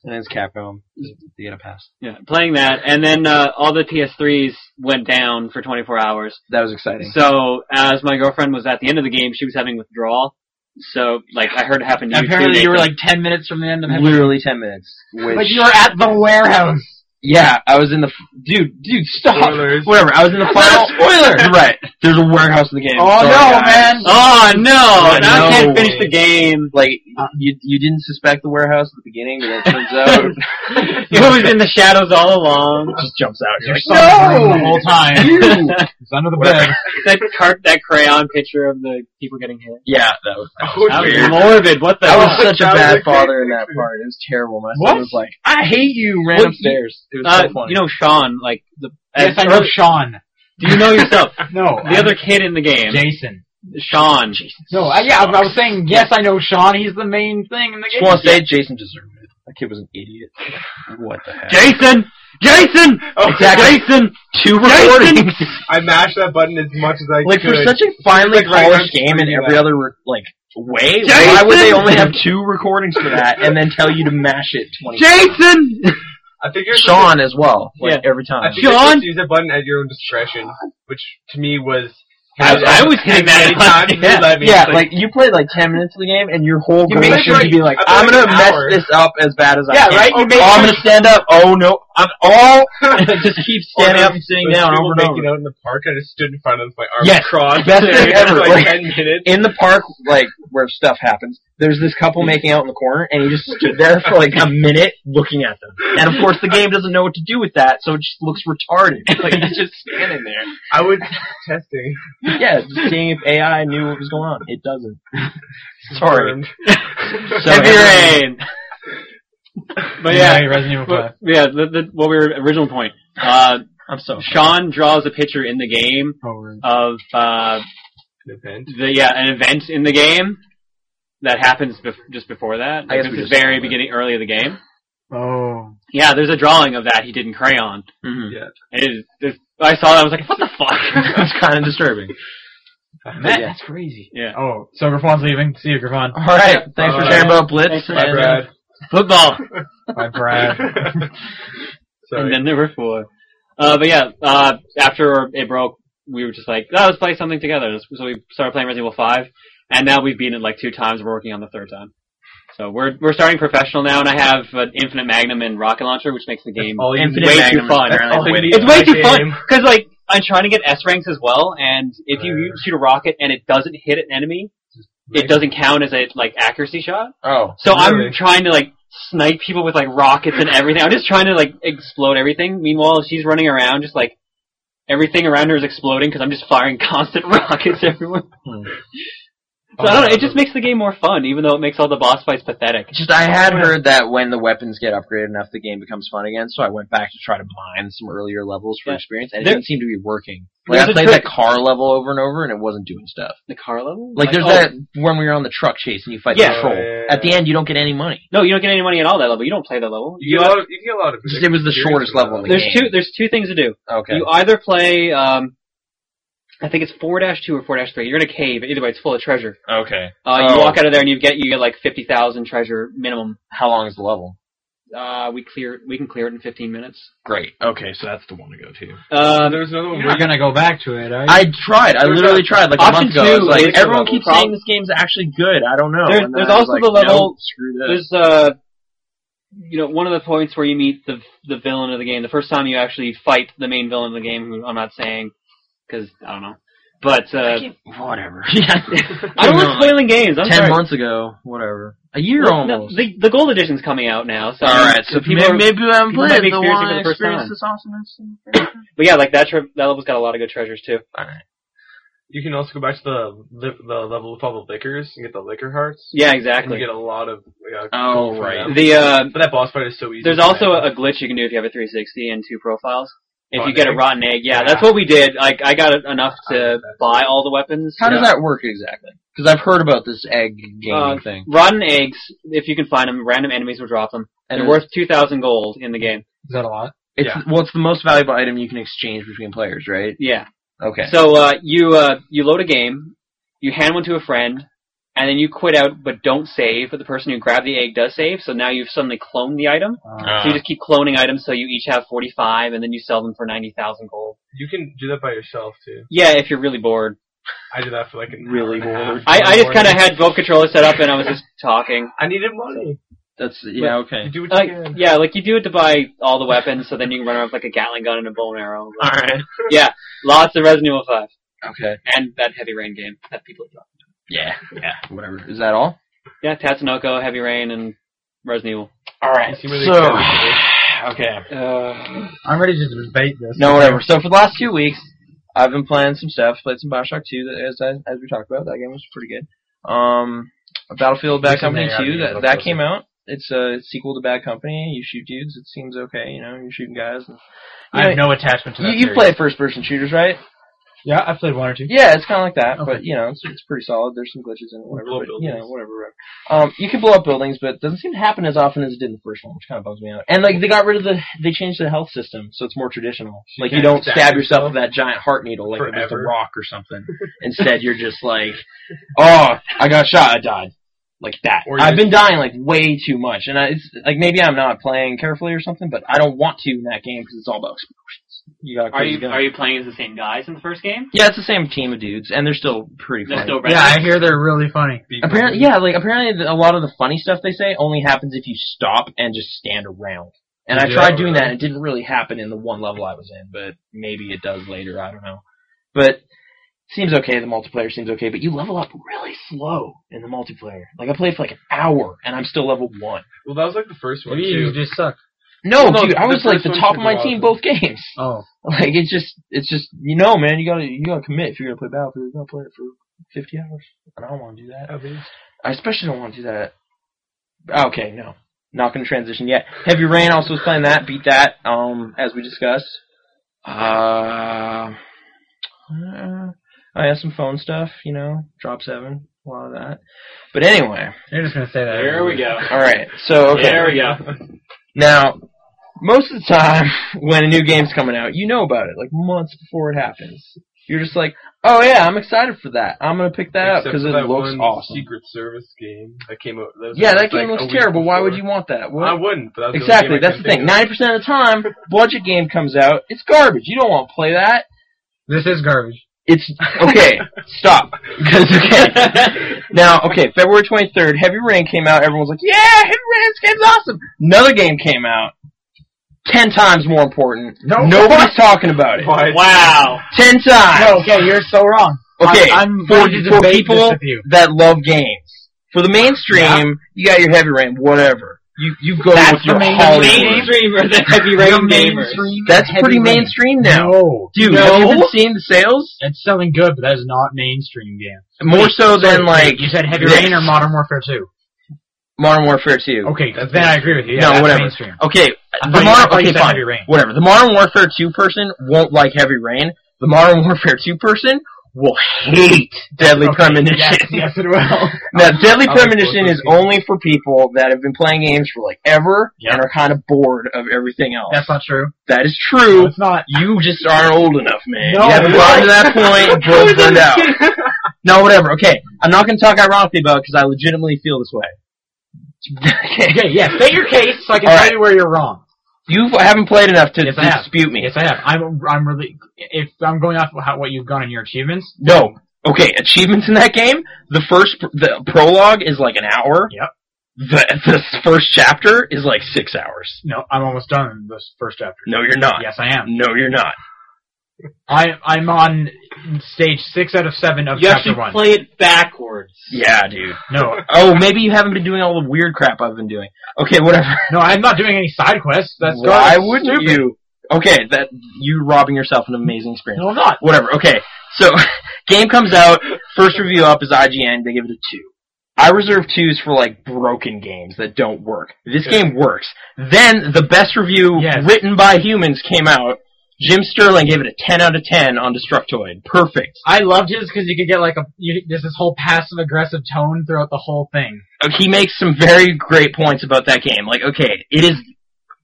And it's Capcom. You get a pass.
Yeah, playing that, and then uh, all the PS3s went down for 24 hours.
That was exciting.
So as my girlfriend was at the end of the game, she was having withdrawal. So like I heard it happen. To you
Apparently
too,
you were
Nathan.
like 10 minutes from the end of it.
Literally ten minutes. Which,
Like you were at the warehouse.
yeah, I was in the f- dude, dude, stop.
Spoilers.
Whatever. I was in the
That's
final.
not a spoiler.
You're right. There's a warehouse in the game.
Oh
Sorry,
no,
guys.
man.
oh no,
I
now I can't
know.
finish the game.
Like you, you didn't suspect the warehouse at the beginning, but it turns out
It was in the shadows all along.
it just jumps out. You're
Your
like,
son's room the
no.
whole time.
You.
It's under the
Whatever.
bed.
that cart, that crayon picture of the people getting hit.
Yeah, that was.
That was
That was
weird.
morbid. What the?
I was
hell?
such a
that was a
bad
great
father in that part. It was terrible. My
What?
son was like, "I hate you." Ran
What?
upstairs. It was
Uh,
so funny.
you know, Sean, like the.
Yes, I
or-
know Sean.
Do you know yourself?
No,
The other kid in the game,
Jason.
Sean.
No, I, yeah, I was saying yes. I know Sean. He's the main thing in the
just
game.
want to say, Jason deserved it. That kid was an idiot. What the heck?
Jason, Jason,
Oh,
Exactly.
Jason,
Two
Jason.
recordings.
I mashed that button as much as I
like for
could.
such a finely
Like, right,
polished
I'm
game in
screaming
every
that.
other re- like way. Why would they
Jason!
only have two recordings for that and then tell you to mash it twenty?
Jason.
I figured
Sean as well. Like
Yeah.
every
I
time.
think you're
Sean?
supposed to use that button at your own discretion, which to me was.
I- I was hitting that
many
button,
times as
yeah.
you let me.
Yeah,
It's
like, you played like ten minutes of the game, and your whole
You
goal
made it
should
like-
be like,
I played
"I'm gonna
an
mess
hour.
this up as bad as
Yeah,
I can."
right? You
Oh,
made
I'm
it-
gonna stand up. Oh no, I'm oh, just keep standing up and sitting down over
oh, those people
and
making
over.
out in the park, I just stood in front of them with my arms
Yes.
crossed.
Best thing
It was
ever,
Like
like-
ten minutes.
In the park, like where stuff happens, there's this couple
Mm.
making out in the corner, and he just stood there for like a minute looking at them. And of course, the game doesn't know what to do with that, so it just looks retarded. Like he's just standing there.
I was testing.
Yeah, just seeing if AI knew what was going on. It doesn't. Sorry.
Confirmed.
So-
Heavy rain. But yeah,
Anyway, Resident Evil
but-
5.
yeah. The, the, what we were original point. Uh,
I'm so.
Sean draws a picture in the game
Over.
of uh,
An event.
the yeah an event in the game that happens bef- just before that.
I guess
Like,
we
it's the
just
very
saw it.
beginning, early of the game.
Oh.
Yeah, there's a drawing of that he did in crayon. Mm-hmm.
Mhm.
It is, it's- I saw that. I was like, what the fuck?
It's kind of disturbing.
Matt,
yeah.
that's crazy.
yeah.
Oh, so Griffon's leaving. See you, Griffon.
All right. Thanks for
Alright.
sharing about Blitz.
Thanks for
My
and, uh,
bad.
Football.
Bye, Brad.
Sorry.
And then there were four. Uh, but yeah, uh, after it broke, we were just like, oh, let's play something together. So we started playing Resident Evil 5, and now we've beaten it like two times. We're working on the third time. So we're we're starting professional now, and I have an Infinite Magnum and rocket launcher, which makes the game
all you
Infinite
way
Magnum
too
is
fun.
better than
all you
Win.
need.
Oh, It's way too
Game.
fun because like I'm trying to get S ranks as well, and if you
Right.
shoot a rocket and it doesn't hit an enemy, it doesn't count as a like accuracy shot.
Oh.
So I'm
Really?
trying to like snipe people with like rockets and everything. I'm just trying to like explode everything. Meanwhile, she's running around just like everything around her is exploding because I'm just firing constant rockets everywhere.
Hmm. Oh.
So I don't know. It just makes the game more fun, even though it makes all the boss fights pathetic.
Just I had heard that when the weapons get upgraded enough, the game becomes fun again. So I went back to try to mine some earlier levels for
Yeah.
experience, and it
There-
didn't seem to be working. Like I
There's a
played that
trick.
car level over and over, and it wasn't doing stuff.
The car level?
Like, there's
oh,
that when we were on the truck chase and you fight
Yeah.
the troll.
Oh, yeah, yeah,
At the end, you don't get any money.
No, you don't get any money at all that level. You don't play that level.
You get a lot of, you can get a lot of.
Just- it was the
experience
shortest
from
level in
that.
the
There's
game.
two. There's two things to do.
Okay.
You either play, um, I think it's four dash two or four dash three. You're in a cave. Either way, it's full of treasure.
okay.
Uh, you
Oh.
walk out of there and you get you get like fifty thousand treasure minimum.
How long is the level?
Uh, we clear we can clear it in fifteen minutes.
Great. Okay, so that's the one to go to.
Uh,
There was another one.
You're
Where
not gonna go back to it, are you?
I tried. I
There's
literally
a-
tried like a
option
month ago. I was
two
like
is the
everyone
level
keeps
problem.
saying this game's actually good. I don't know.
There-
And then
there's
I was
also
like,
the level-
no, screw this.
there's uh, you know, one of the points where you meet the the villain of the game. The first time you actually fight the main villain of the game, who I'm not saying because I don't know. But uh,
whatever. Yeah.
I don't like spoiling games. I'm
ten
sorry.
months ago, whatever. A year
Well, no,
almost.
the, the gold edition's coming out now. So
All right, so
people are-
maybe, maybe I'm
people might
playing
be
the
experiencing
one
it for the first
experience
time.
this awesomeness.
But yeah, like that tre- that level's got a lot of good treasures too.
All right.
You can also go back to the li- the level of all the liquors and get the liquor hearts.
Yeah,
and you
exactly.
get a lot of. Like, uh,
Oh,
gold from
right.
them.
The uh,
But that boss fight is so easy.
There's
to
also
manage.
a glitch you can do if you have a 360 and two profiles. If
Rotten
you get a
egg?
rotten egg, yeah,
Yeah.
that's what we did. Like, I got enough
I did
to
that.
buy all the weapons.
How does
Yeah.
that work exactly? Because I've heard about this egg gaming
Uh,
thing.
Rotten eggs, if you can find them, random enemies will drop them.
And
They're
it's-
worth 2,000 gold in the game.
Is that a lot?
It's well, it's the most valuable item you can exchange between players, right?
Yeah.
Okay.
So, uh, you, uh, you load a game, you hand one to a friend, and then you quit out but don't save, but the person who grabbed the egg does save, so now you've suddenly cloned the item.
Ah.
Uh,
so you just keep cloning items so you each have 45, and then you sell them for 90,000 gold.
You can do that by yourself too.
Yeah, if you're really bored.
I did that for like an
Really
hour and a
bored.
half.
I, I just
Bored.
kind of had both controllers set up and I was just talking.
I needed money.
That's yeah. Okay.
You do what you
Like,
can.
yeah, like you do it to buy all the weapons, so then you can run around with like a Gatling gun and a bow and arrow.
All right.
Yeah, lots of Resident Evil Five
Okay.
and that Heavy Rain game that people love.
Yeah. Yeah. Whatever. Is that all?
Yeah, Tatsunoko, Heavy Rain, and Resident Evil.
all right.
You see where they
So
Okay.
Uh,
I'm ready to debate this.
no, whatever. So for the last two weeks, I've been playing some stuff. Played some Bioshock Two, that- as I, as we talked about. That game was pretty good. Um, Battlefield Bad
This one
Company
may not
Two
be
that
able to
that
push
came
it.
out. It's a sequel to Bad Company. You shoot dudes. It seems okay. You know, you're shooting guys.
I have no attachment to
You,
that.
you
series.
play first person shooters, right?
Yeah, I played one or two.
Yeah, it's kind of like that,
Okay.
but you know, it's, it's pretty solid. There's some glitches in it, whatever.
Blow
But, you
buildings.
know, whatever. whatever. Um, you can blow up buildings, but it doesn't seem to happen as often as it did in the first one, which kind of bums me out. And like they got rid of the, they changed the health system, so it's more traditional. like you
can't
don't
stab
stab yourself
yourself
with that giant heart needle like it was a
forever.
rock or something. Instead, you're just like, oh, I got shot, I died. Like that.
Or
I've
you-
been dying like way too much, and I, it's like maybe I'm not playing carefully or something, but I don't want to in that game because it's all about explosions. You got a
are
crazy
you
gun.
are you playing as the same guys in the first game?
Yeah, it's the same team of dudes, and they're still pretty
They're
funny.
still
Yeah, I hear they're really funny.
Be
apparently,
good.
yeah, like apparently the- a lot of the funny stuff they say only happens if you stop and just stand around. And I
Yeah,
tried doing that,
right.
and it didn't really happen in the one level I was in, but maybe it does later. I don't know. But seems okay. The multiplayer seems okay, but you level up really slow in the multiplayer. Like I played for like an hour, and I'm still level one.
Well, that was like the first one
Maybe you
too.
just suck.
No,
Well, no,
dude, I
the
was like
first
the
one
top
took
of
a
my
while
team
to-
both games.
Oh,
Like it's just, it's just, you know, man, you gotta, you gotta commit if you're gonna play Battlefield. You gotta play it for 50 hours, and I don't want to do that.
At least.
I especially don't want to do that. Okay, no, not gonna transition yet. Heavy Rain also was playing that, beat that, um, as we discussed. Uh, uh, I have some phone stuff, you know, Drop Seven, a lot of that. But anyway,
you're just gonna say that.
There we go.
all right, so okay.
There we go.
Now, most of the time when a new game's coming out, you know about it like months before it happens. You're just like, oh yeah, I'm excited for that. I'm gonna pick that up
Except
because
for
it
that
looks
one
awesome.
Secret Service game that came out. That was
yeah, that
released,
game
like, a
looks
week
terrible. Why would you
before.
want that?
I
What?
wouldn't. But that was
Exactly.
The only game I
That's the
could think
thing.
of.
Ninety percent of the time, budget game comes out, it's garbage. You don't want to play that.
This is garbage.
It's okay. stop. 'Cause, okay. now, okay, February twenty third, Heavy Rain came out. Everyone's like, yeah, Heavy Rain, this game's awesome. Another game came out. Ten times more important.
No.
Nobody's talking about it.
Why?
Wow.
Ten times.
okay, you're so wrong.
Okay,
I, am
for,
ready to
for
debate
people
this with you.
that love games, for the mainstream,
Yeah.
you got your heavy rain, whatever. You you go
That's
with your
the main-
Hollywood.
Mainstream the Heavy
The
Rain gamers.
mainstream
That's
heavy
pretty
rain.
mainstream now,
No,
dude. Have you been seeing the sales?
it's selling good, but that is not mainstream game.
More so than like
you said, Heavy
this.
Rain or Modern Warfare Two.
Modern Warfare Two.
Okay,
That's
then I agree with you. Yeah,
No,
that's
whatever. Uh,
Mainstream.
Okay,
I
the
thought you- I
Modern,
thought you
okay,
said
fine,
Heavy Rain.
whatever. The Modern Warfare Two person won't like Heavy Rain. The Modern Warfare Two person will hate Deadly
Okay,
Premonition.
Yes, yes, it will.
Now, Deadly
I'll
Premonition
look
is
into it.
only for people that have been playing games for like ever
Yeah.
and are kind of bored of everything else.
That's not true.
That is
No,
true.
it's not.
You just aren't old enough, man.
No,
you haven't
you're
gotten to
right.
that point. Both burned out. No, whatever. Okay, I'm not going to talk ironically about it because I legitimately feel this way. okay.
Okay, yeah, state your case so I can
All
tell
right.
you where you're wrong.
You haven't played enough to,
Yes,
to
I have.
dispute me.
Yes, I have. I'm, I'm really. If I'm going off how, what you've gotten in your achievements,
No. Okay, achievements in that game. The first, the prologue is like an hour.
Yep.
The the first chapter is like six hours.
no, I'm almost done in this first chapter.
No, you're not.
Yes, I am.
No, you're not.
I, I'm on stage six out of seven of
You
chapter
actually
one.
play it backwards.
Yeah, dude.
no,
Oh, maybe you haven't been doing all the weird crap I've been doing. Okay, whatever.
no, I'm not doing any side quests. That's
Why
garbage.
wouldn't
Stupid.
you? Okay, that you robbing yourself an amazing experience.
No, I'm not.
Whatever. Okay, So, game comes out. First review up is IGN. They give it a two. I reserve twos for like broken games that don't work. This
Okay.
game works. Then the best review
Yes.
written by humans came out. Jim Sterling gave it a 10 out of 10 on Destructoid. Perfect.
I loved his because you could get like a you, there's this whole passive aggressive tone throughout the whole thing.
Uh, He makes some very great points about that game. Like, okay, it is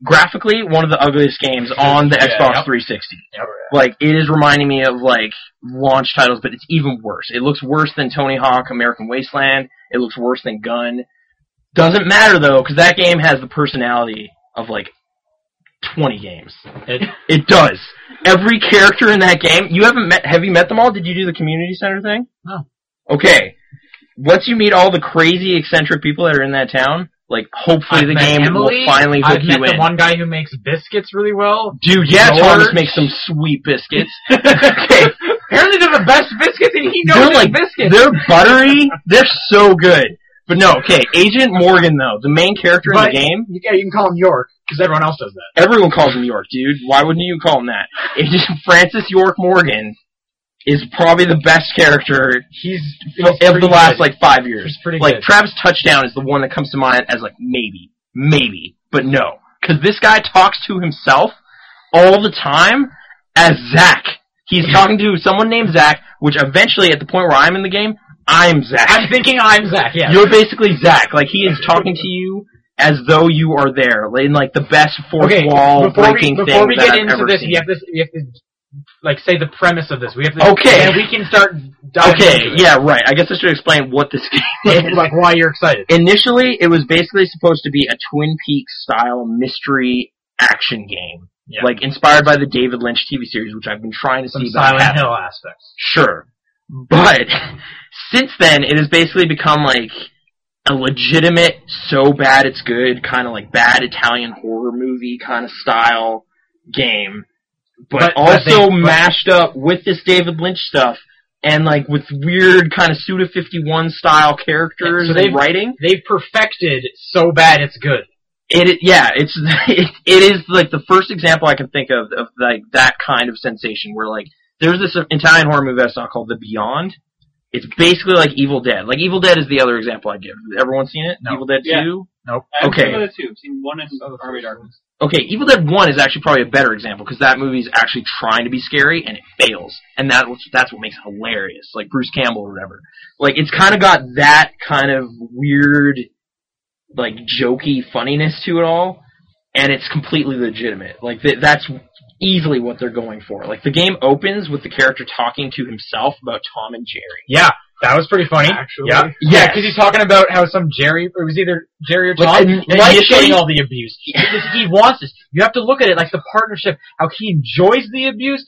graphically one of the ugliest games on the
Yeah,
Xbox
yep.
360. like it is reminding me of like launch titles, but it's even worse. It looks worse than Tony Hawk American Wasteland. It looks worse than Gun. Doesn't matter though, because that game has the personality of like twenty games.
It,
It does. Every character in that game, you haven't met. Have you met them all? Did you do the community center thing?
No.
Okay. Once you meet all the crazy eccentric people that are in that town, like hopefully
I've
the
met
game
Emily,
will finally hook
I've
you
met
in.
the one guy who makes biscuits really well.
Dude, yeah, Thomas
George.
makes some sweet biscuits. okay,
Apparently they're the best biscuits, and he knows
They're
his
like-
biscuits.
They're buttery. They're so good. But no, okay. Agent Morgan, though, the main character in
But-
the game,
You, yeah, you can call him York because everyone else does that.
everyone calls him York, dude. Why wouldn't you call him that? Agent Francis York Morgan is probably the best character
He's
of the last like five years.
He's pretty
Like
good.
Travis Touchdown is the one that comes to mind as like maybe, maybe, but no, because this guy talks to himself all the time as Zach. He's talking to someone named Zach, which eventually, at the point where I'm in the game, I'm Zach.
I'm thinking I'm Zach. Yeah,
You're basically Zach. Like he is talking to you as though you are there in like the best fourth
okay,
wall
before we,
breaking
before
thing
we
that
get
I've
into
ever
this,
seen.
we have this. We have to like say the premise of this. We have to.
Okay.
and we can start. Diving
okay,
into it.
yeah, right. I guess I should explain what this game is.
Like, like why you're excited.
Initially, it was basically supposed to be a Twin Peaks style mystery action game,
Yeah.
like inspired by the David Lynch TV series, which I've been trying to
Some
see. but I haven't.
Silent Hill aspects.
Sure. But since then, it has basically become like a legitimate, so bad it's good, kind of like bad Italian horror movie kind of style game. But,
But- but
also
they- but-
mashed up with this David Lynch stuff and like with weird kind of Suda 51 style characters
Yeah,
and
so they've-
writing.
They've perfected so bad it's good.
It, it yeah, it's it, it is like the first example I can think of of like that kind of sensation where like there's this Italian horror movie I saw called The Beyond. It's basically like Evil Dead. Like Evil Dead is the other example I give. Everyone seen it?
No.
Evil Dead
Yeah.
Two.
I've seen
Okay.
Oh, the other two. I've seen one and Army Darkness.
Okay, Evil Dead One is actually probably a better example because that movie is actually trying to be scary and it fails, and that that's what makes it hilarious. Like Bruce Campbell or whatever. Like it's kind of got that kind of weird, like jokey funniness to it all, and it's completely legitimate. Like th- that's easily what they're going for. Like the game opens with the character talking to himself about Tom and Jerry.
Yeah, that was pretty funny.
Actually.
yeah, yeah, because he's talking about how some Jerry, it was either Jerry or Tom,
Like,
and
like
he's getting
getting-
all the abuse. He, he wants this. You have to look at it like the partnership, how he enjoys the abuse.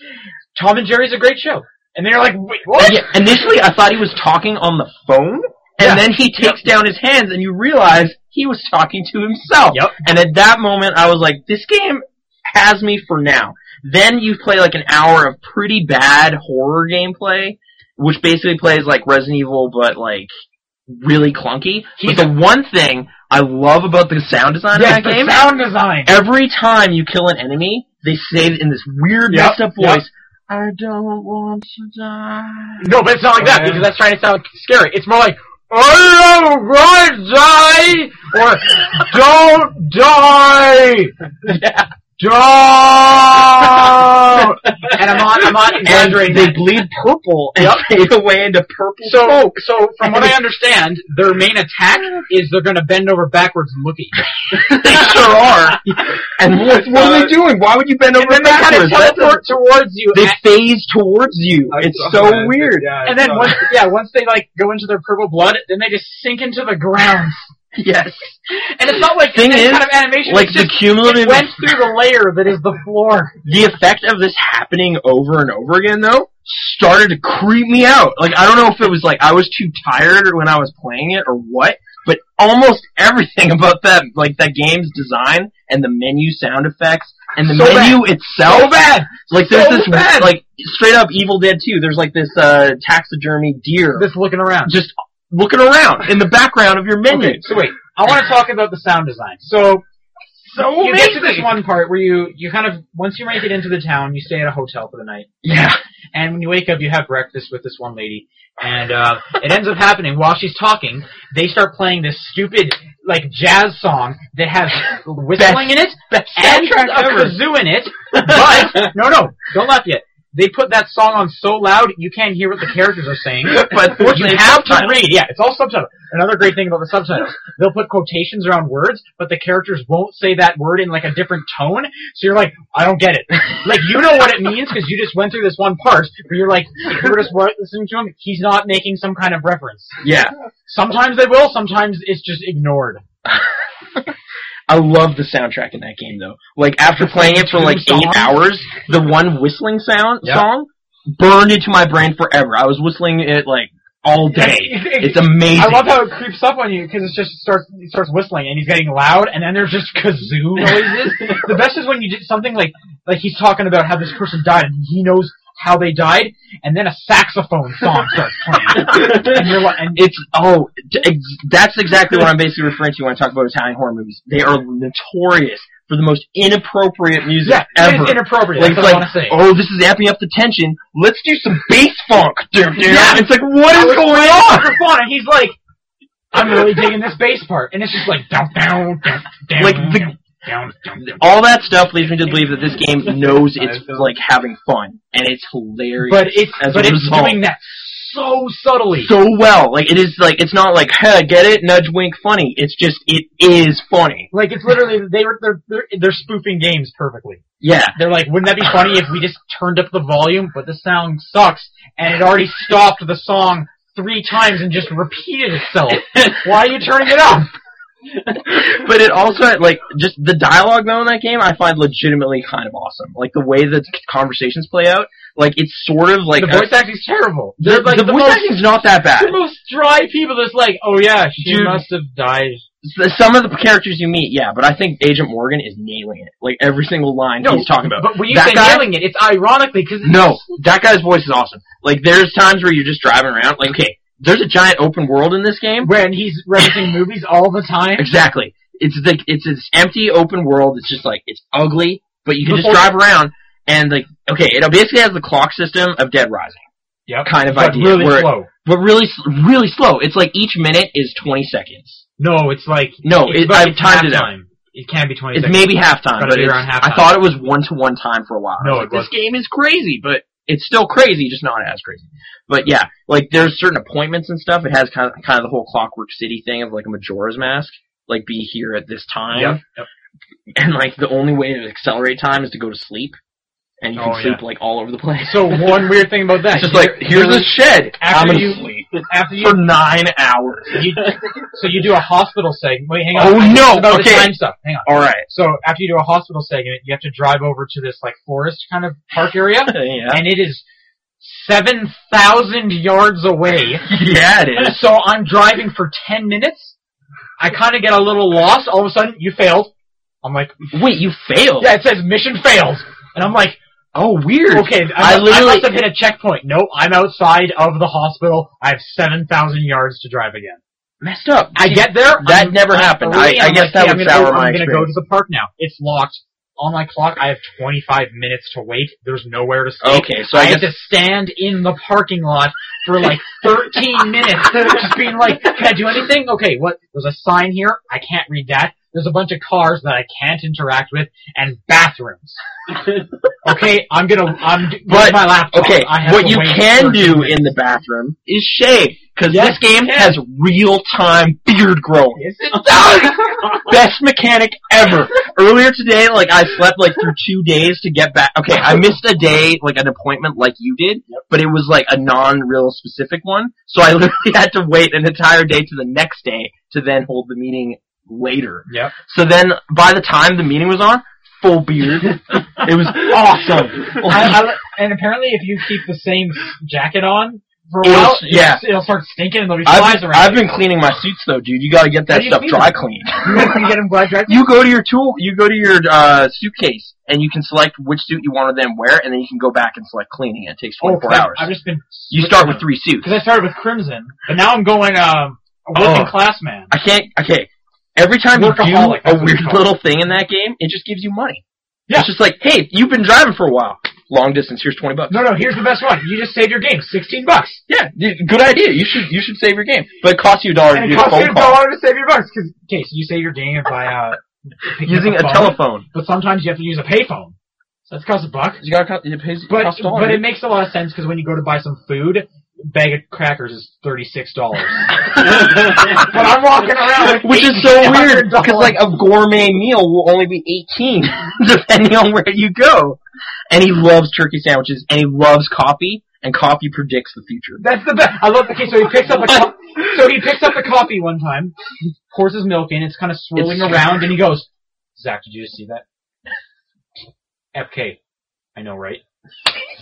Tom and Jerry's a great show, and they're like, wait, what?
And yeah, initially, I thought he was talking on the phone, and
Yeah.
then he takes down his hands, and you realize he was talking to himself.
Yep.
And at that moment, I was like, this game has me for now. Then you play like an hour of pretty bad horror gameplay, which basically plays like Resident Evil, but like really clunky.
He's
but the one thing I love about the sound design
Yes,
of that
the
game
sound design.
every time you kill an enemy, they say it in this weird
Yep,
messed up
yep.
voice, I don't want to die.
No, but it's not like that
Yeah.
because that's trying to sound scary. It's more like, oh, right, die or don't die, don't. and I'm on, I'm on
And
exaggerating.
they
that.
bleed purple and
Yep.
fade away into purple
So,
smoke.
so from what I understand, their main attack is they're going to bend over backwards and look at you.
they sure are. And what, what are they doing? Why would you bend over
And then they kind of
backwards? That
teleport towards you.
doesn't-
and,
they phase towards you.
I
it's
saw
so
that.
weird.
Yeah, I
and then
saw
once,
that.
yeah, once they like go into their purple blood, then they just sink into the ground.
Yes.
And it's not like
Thing
any
is,
kind of animation.
Like
it's
the
just
cumulative
it went through the layer that is the floor.
the effect of this happening over and over again though started to creep me out. Like I don't know if it was like I was too tired when I was playing it or what, but almost everything about that like that game's design and the menu sound effects and the
So bad.
menu itself
So bad.
like there's
So
this
bad.
like straight up Evil Dead 2, there's like this uh taxidermy deer
This looking around.
just looking around in the background of your menu.
Okay, so wait, I want to talk about the sound design. So,
So
you get to
amazing.
this one part where you you kind of once you make it into the town, you stay at a hotel for the night.
Yeah.
And when you wake up, you have breakfast with this one lady, and uh, it ends up happening while she's talking. They start playing this stupid like jazz song that has whistling in it and
soundtrack
a
ever.
kazoo in it. But no, no, don't laugh yet. They put that song on so loud you can't hear what the characters are saying.
but
you
fortunately,
have to read. Yeah, it's all subtitles. Another great thing about the subtitles, they'll put quotations around words, but the characters won't say that word in like a different tone. So you're like, I don't get it. like you know what it means because you just went through this one part, but you're like, if you were just wa- listening to him, he's not making some kind of reference.
yeah,
Sometimes they will. Sometimes it's just ignored.
I love the soundtrack in that game though. Like after playing it for like
Doom
eight
song?
hours, the one whistling sound
Yeah.
song burned into my brain forever. I was whistling it like all day. It's amazing.
I love how it creeps up on you because it's just it starts it starts whistling and he's getting loud and then there's just kazoo noises. the best is when you did something like like he's talking about how this person died and he knows how they died and then a saxophone song starts playing and you're like and
It's oh, d- ex- that's exactly what I'm basically referring to when I talk about Italian horror movies. They are notorious for the most inappropriate music
yeah,
ever.
it's inappropriate.
like,
That's what I want
it's
to say.
like oh, this is amping up the tension. Let's do some bass funk. Yeah, it's like what
I
is
was
going
playing
on?
saxophone and he's like, I'm really digging this bass part and it's just like down down down down
Like, the-
down, down down down.
all that stuff leads me to believe that this game knows it's
I feel-
like having fun, and it's hilarious.
But it's
as a
but it's
result.
doing that so subtly.
so well, like it is like it's not like hey, get it, nudge, wink, funny. It's just it is funny.
Like it's literally they were they're, they're they're spoofing games perfectly.
Yeah,
They're like, wouldn't that be funny if we just turned up the volume, but the sound sucks, and it already stopped the song three times and just repeated itself. Why are you turning it up?
but it also like just the dialogue though in that game I find legitimately kind of awesome. Like the way that conversations play out, like it's sort of like
the
a-
voice acting's terrible.
the,
They're like
the
the,
voice
most
acting's not that bad.
the most dry people. That's like, oh yeah, she
Dude.
must have died.
S- Some of the characters you meet, yeah, but I think Agent Morgan is nailing it. Like every single line
No,
he's talking about.
But when you
That
say
guy-
yelling it, it's ironically because
No, that guy's voice is awesome. Like, there's times where you're just driving around. Like, okay, there's a giant open world in this game.
when he's referencing movies all the time.
Exactly. It's like it's this empty open world. It's just like it's ugly, but you can just
Before-
drive around and like okay, it basically has the clock system of Dead Rising
Yep.
kind of
But
idea,
really
where-
slow.
but really s- really slow. It's like each minute is 20 seconds.
No, it's like
No,
it's
Oh, it,
about-
I've
it's
timed it out.
halftime. It can't be twenty
It's
seconds.
maybe halftime,
Gotta
but
be
it's,
around halftime.
I thought it was one to one time for a while. I
No,
was
it
like,
was-
this game is crazy, but it's still crazy, just not as crazy. But yeah, like there's certain appointments and stuff. It has kind of kind of the whole Clockwork City thing of like a Majora's Mask, like be here at this time,
Yep, yep.
and like the only way to accelerate time is to go to sleep, and you can
Oh,
sleep
yeah.
like all over the place.
So one weird thing about that,
it's just like here's
you're-
this shed. I'm
after
gonna
you
sleep
after you,
for nine hours.
you so you do a hospital segment. Wait, hang on.
Oh
It's
no!
about the
Okay,
time stuff. Hang on.
all right.
So after you do a hospital segment, you have to drive over to this like forest kind of park area,
yeah,
and it is seven thousand yards away.
yeah, it is.
So I'm driving for ten minutes. I kind of get a little lost. All of a sudden, you failed. I'm like,
Wait, you failed.
yeah, it says mission failed, and I'm like.
Oh, weird.
Okay,
I
I, must- I
literally-
must have hit a checkpoint. No, I'm outside of the hospital. I have 7,000 yards to drive again.
Messed up.
I get there.
That
I'm-
never
I'm
happened.
early,
I-
and
I
I'm
guess
like,
that
"Hey,
would
I'm gonna
sour
go,
my
I'm gonna go to
experience."
the park now. It's locked. On my clock, I have 25 minutes to wait. There's nowhere to stay.
Okay, so I,
I
guess
had to stand in the parking lot for like 13 minutes, just being like, can I do anything? Okay, what? There's a sign here. I can't read that. There's a bunch of cars that I can't interact with, and bathrooms. okay, I'm gonna, I'm d-
But,
with my laptop.
Okay,
I have
what
to
you
wait
can
13
do
minutes.
in the bathroom is shave, because
Yes,
this game has real time beard growing.
Is it?
Best mechanic ever. Earlier today, like I slept like through two days to get back. Okay, I missed a day, like an appointment, like you did, but it was like a non-real specific one. So I literally had to wait an entire day to the next day to then hold the meeting later.
Yep.
So then, by the time the meeting was on, full beard. it was awesome. Like,
I, I, and apparently, if you keep the same jacket on for a
It'll-
while,
yeah.
it'll, it'll start stinking and there'll be
I've,
flies
been-
around.
I've been cleaning my suits though, dude. You gotta get that
How do you
stuff
clean
dry
them?
cleaned.
you get them black jackets?
You go to your tool, you go to your uh, suitcase, and you can select which suit you want to then wear, and then you can go back and select cleaning. and It takes
Oh,
24
crap.
hours.
I've just been
you start with three suits.
Because uh, I started with Crimson, but now I'm going um, a working
Oh.
class man.
I can't. Okay. Every time you do
Workaholic, that's
a
what
weird
it's called.
little thing in that game, it just gives you money.
Yeah.
It's just like, hey, you've been driving for a while. long distance. Here's twenty bucks.
No, no. Here's the best one. You just save your game, sixteen bucks,
Yeah, y- good idea. You should you should save your game, but it costs you a dollar to
and
do the
it costs you a
phone call
dollar to save your bucks. Because okay, so you save your game by uh picking up
using a
phone,
telephone.
but sometimes you have to use a payphone. So that's cost a buck.
You got it pays
But
costs a dollar.
but it makes a lot of sense because when you go to buy some food, bag of crackers is thirty six dollars. but I'm walking around with
Which is so weird
$100.
because like a gourmet meal will only be eighteen depending on where you go. And he loves turkey sandwiches and he loves coffee and coffee predicts the future.
That's the best. I love. Okay, so he picks up a co- so he picks up the coffee one time, pours his milk in. It's kind of swirling
It's-
around, and he goes, "Zach, did you just see that?" FK, I know, right?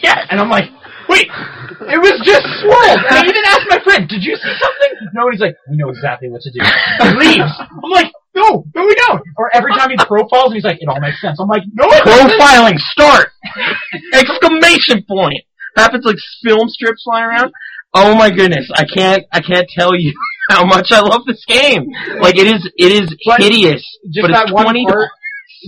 Yeah, and I'm like, wait, it was just swirled. And I even asked my friend, "Did you see something?" No, and he's like, "We know exactly what to do." He leaves. I'm like, "No, no, we don't." Or every time he profiles, and he's like, "It all makes sense." I'm like, "No, it doesn't."
Profiling start! Exclamation point! Happens like film strips flying around. Oh my goodness, I can't, I can't tell you how much I love this game. Like it is, it is
But
hideous.
Just
but
that
it's
one
20,
part.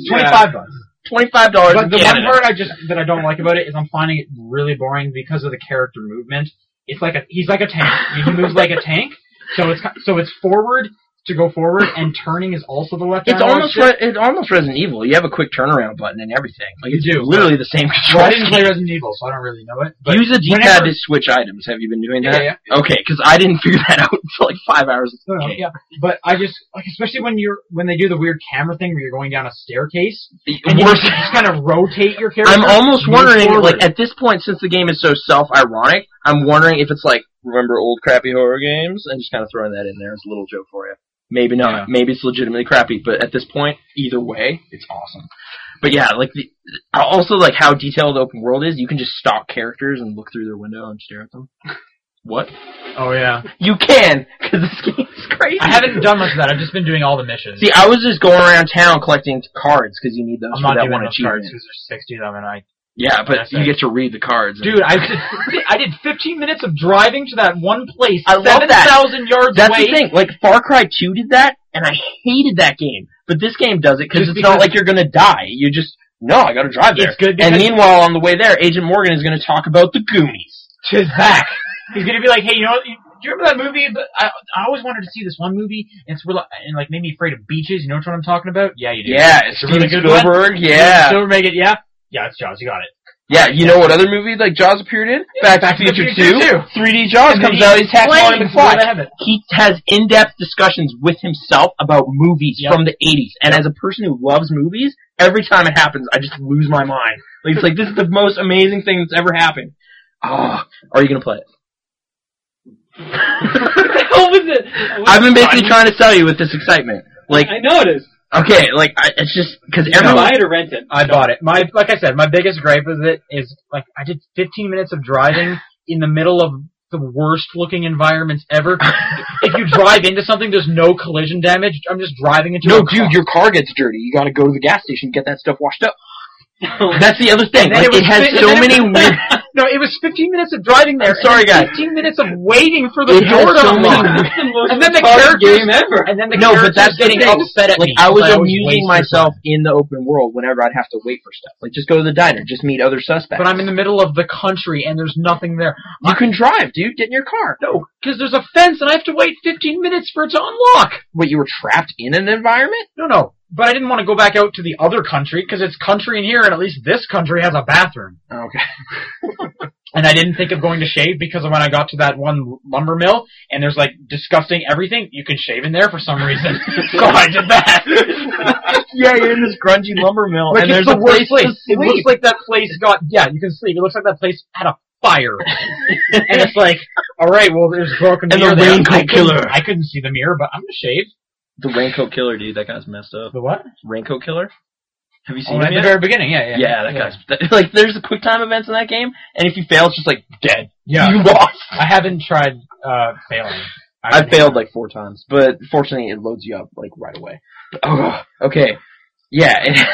Twenty-five bucks.
twenty-five dollars.
But the
in Canada.
one part I just that I don't like about it is I'm finding it really boring because of the character movement. It's like a he's like a tank. He moves like a tank. So it's ki- so it's forward to go forward, and turning is also the left.
It's
arrow
almost
stick.
re- it almost Resident Evil. You have a quick turnaround button and everything. Like
You
it's
do,
literally the same control.
Well, I didn't play Resident Evil, so I don't really know it. But
Use a D-pad
whenever-
to switch items. Have you been doing
Yeah,
that?
yeah.
Okay, because I didn't figure that out until like five hours.
No,
into the
no,
game.
Oh, yeah, but I just like especially when you're when they do the weird camera thing where you're going down a staircase and you
Worse-
just, kind of rotate your character.
I'm almost
move
wondering, like
forward.
at this point, since the game is so self-ironic, I'm wondering if it's like remember old crappy horror games and just kind of throwing that in there as a little joke for you. Maybe not.
Yeah.
Maybe it's legitimately crappy, but at this point, either way, it's awesome. But yeah, like the, also like how detailed the open world is. You can just stalk characters and look through their window and stare at them. What?
Oh yeah.
You can, because this game is crazy.
I haven't done much of that. I've just been doing all the missions.
See, I was just going around town collecting cards because you need those
I'm
for
not
that
doing
one
enough cards
achievement.
because there's sixty of them, and I.
Yeah, but
That's it.
you get to read the cards. and-
Dude, I did, I did 15 minutes of driving to that one place,
I love that.
7,000 yards
That's
away.
the thing. Like Far Cry 2 did that, and I hated that game. But this game does it because
Just
it's not
because-
like you're gonna die. You just no, I gotta drive there.
It's good
and
because-
meanwhile, on the way there, Agent Morgan is gonna talk about the Goonies.
to Zach. He's gonna be like, hey, you know, you, do you remember that movie? But I, I always wanted to see this one movie, and it's real, and like made me afraid of beaches. You know which one I'm talking about? Yeah, you do.
Yeah,
It's a
Steven
really good one.
Spielberg. Yeah,
Silver make it. Yeah, yeah, it's Jaws. You got it.
yeah. You know what other movie like Jaws appeared in? Back,
Back
to
to
the
the
Future
Future
2. 3D Jaws
And then
comes
he
out. He's half
explains
blind and
where they
fly.
have it.
He has in-depth discussions with himself about movies
Yep.
from the 80s. And as a person who loves movies, every time it happens, I just lose my mind. Like, it's like, this is the most amazing thing that's ever happened. Ah, are you gonna play it? I've been basically trying to sell you with this excitement. Like,
I know it is.
okay, like, I, it's just, cause
Am
everyone,
I to rent it?
I bought it. My like I said, my biggest gripe with it is like I did 15 minutes of driving in the middle of the worst looking environments ever. if you drive into something, there's no collision damage. I'm just driving into
no
a car.
dude, your car gets dirty. You gotta go to the gas station, get that stuff washed up. That's the other thing.
And
Like,
then
it,
was
has
fi- and
so
then it
many
was-
weird
no, it was 15 minutes of driving there.
I'm sorry,
and then
guys.
15 minutes of waiting for the
It has
door to
so many
unlock.
weird-
And then the
Hardest
characters.
game ever.
And then the
no, but
characters
that's getting
get
upset at
like,
me. I was
always
amusing
waste their
myself in the open world whenever I'd have to wait for stuff. Like, just go to the diner, just meet other
time.
suspects.
But I'm in the middle of the country and there's nothing there.
you can drive, dude. Get in your car.
No, because there's a fence and I have to wait 15 minutes for it to unlock.
Wait, you were trapped in an environment?
No, no. But I didn't want to go back out to the other country because it's country in here, and at least this country has a bathroom.
Okay.
And I didn't think of going to shave because when I got to that one lumber mill, and there's like disgusting everything, you can shave in there for some reason. so I did that.
yeah, you're in this grungy lumber mill,
like
and there's
it's the
a place,
worst place.
to
It
sleep.
looks like that place got yeah, you can sleep. It looks like that place had a fire, and it's like all right, well there's a broken
And the
mirror there.
raincoat
I couldn't-
killer.
I couldn't see the mirror, but I'm gonna shave.
the raincoat killer, dude. That guy's messed up.
The what?
Raincoat killer. Have you
Oh,
seen
at
him
the
yet?
very beginning, yeah, yeah,
yeah, that guy's that, like. There's the quick time events in that game, and if you fail, it's just like dead.
yeah.
You lost.
I haven't tried uh, failing.
I failed like four times, but fortunately it loads you up like right away. Oh, okay. Yeah, it,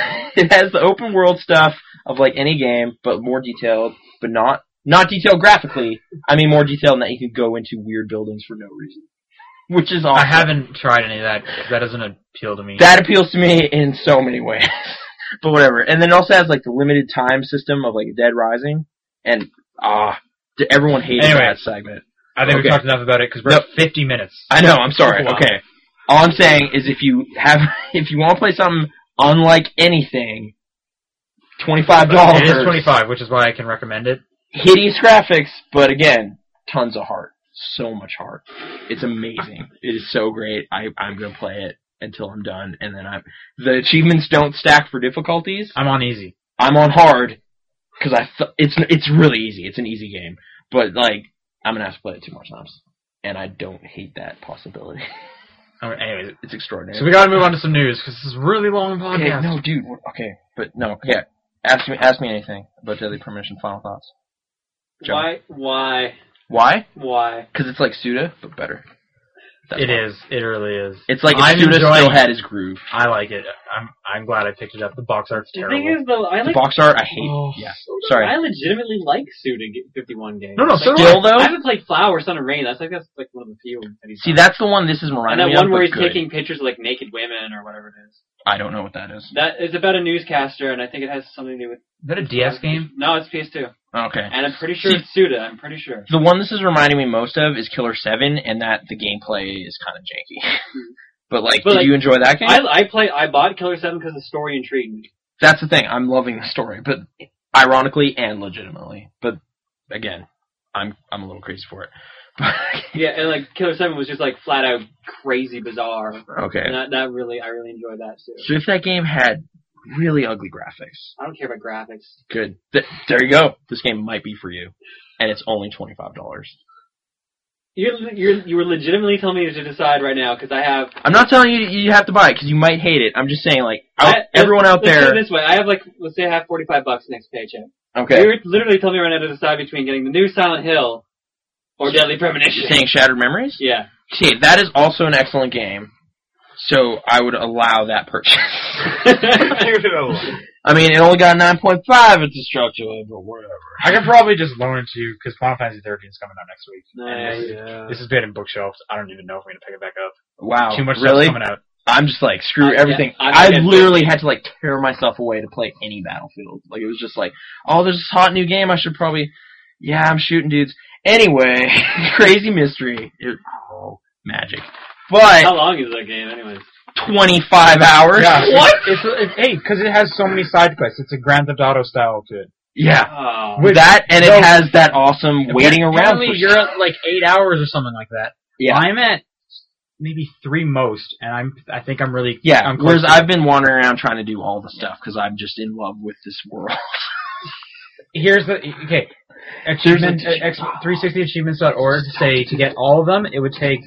it has the open world stuff of like any game, but more detailed, but not not detailed graphically. I mean, more detailed in that you can go into weird buildings for no reason, which is awesome.
I haven't tried any of that. 'cause That doesn't appeal to me.
That appeals to me in so many ways. but whatever. And then it also has like the limited time system of like Dead Rising, and ah, d everyone hated
Anyway.
that segment.
I think
Okay.
we talked enough about it because we're at 50 minutes.
I know. I'm sorry.
Wow.
Okay. All I'm saying is if you have if you want to play something unlike anything, twenty five dollars.
It is 25, which is why I can recommend it.
Hideous graphics, but again, tons of heart. So much heart. It's amazing. It is so great. I I'm gonna play it until I'm done, and then I'm the achievements don't stack for difficulties.
I'm on easy.
I'm on hard because I th- it's it's really easy. It's an easy game, but like I'm gonna have to play it two more times, and I don't hate that possibility.
All right, anyways,
It's extraordinary.
so we got to move on to some news because this is a really long
okay,
podcast.
no, dude. we're- Okay, but no, yeah. Ask me ask me anything about Deadly Premonition. Final thoughts. Joe.
Why? Why?
Why?
Why?
Because it's like Suda, but better. That's
It
why.
is. It really is.
It's like if
I'm
Suda still
enjoying
had his groove.
I like it. I'm I'm glad I picked it up. The box art's
The
terrible.
thing is, though, I
The
like.
box art, I hate.
Oh,
yeah.
so-
Sorry.
I legitimately like Suda 51 games.
No, no,
Like,
so do
Still
I
though,
haven't played Flower, Sun, and Rain. That's like that's like one of the few. that he's
see
done.
that's the one. This is
And
Miranda.
that one where he's
good.
taking pictures of like naked women or whatever it is.
I don't know what that is.
That is about a newscaster, and I think it has something to do with.
is that a DS game?
No, it's PS2,
Okay.
and I'm pretty sure
See-
it's Suda. I'm pretty sure.
The one this is reminding me most of is Killer Seven, and that the gameplay is kind of janky. but like,
But,
did
like,
you enjoy that game?
I I play. I bought Killer Seven because the story intrigued me.
That's the thing. I'm loving the story, but ironically and legitimately. But again, I'm I'm a little crazy for it.
Yeah, and like Killer Seven was just like flat out crazy bizarre. And
okay.
that that really I really enjoyed that too.
So if that game had really ugly graphics,
I don't care about graphics.
good. Th- there you go. This game might be for you, and it's only twenty five dollars.
You're you're you were legitimately telling me to decide right now because I have.
I'm not telling you you have to buy it because you might hate it. I'm just saying, like out,
I-
Oh, everyone out
let's
there.
put it this way, I have like let's say I have forty five bucks next paycheck.
Okay.
You're literally telling me right now to decide between getting the new Silent Hill or Deadly Premonition.
Saying Shattered Memories.
Yeah.
See, that is also an excellent game. So I would allow that purchase. I mean, it only got a 9.5 at Destructoid, but whatever.
I could probably just loan it to you because Final Fantasy 13 is coming out next week.
Nice.
Yeah.
This has been in bookshelves. I don't even know if I'm gonna pick it back up.
Wow,
Too much
really?
stuff's coming out.
I'm just like screw
I- yeah,
everything.
I'm
I
against
literally had to like tear myself away to play any Battlefield. Like it was just like, oh, there's this hot new game. I should probably, yeah, I'm shooting dudes. Anyway, crazy mystery. It- oh, magic.
How
But
long is that game, anyways?
Oh.
25 hours.
What?
It's, it's, hey, because it has so many side quests. It's a Grand Theft Auto style to it.
Yeah.
Oh,
Wait,
that and
no.
it has that awesome waiting around.
Apparently
for-
you're at like eight hours or something like that.
Yeah.
I'm at maybe three most, and I'm I think I'm really
Yeah,
I'm close
whereas
to it.
I've been wandering around trying to do all the stuff because I'm just in love with this world.
here's the okay. Achievement, uh, ex, 360achievements.org say to get all of them, it would take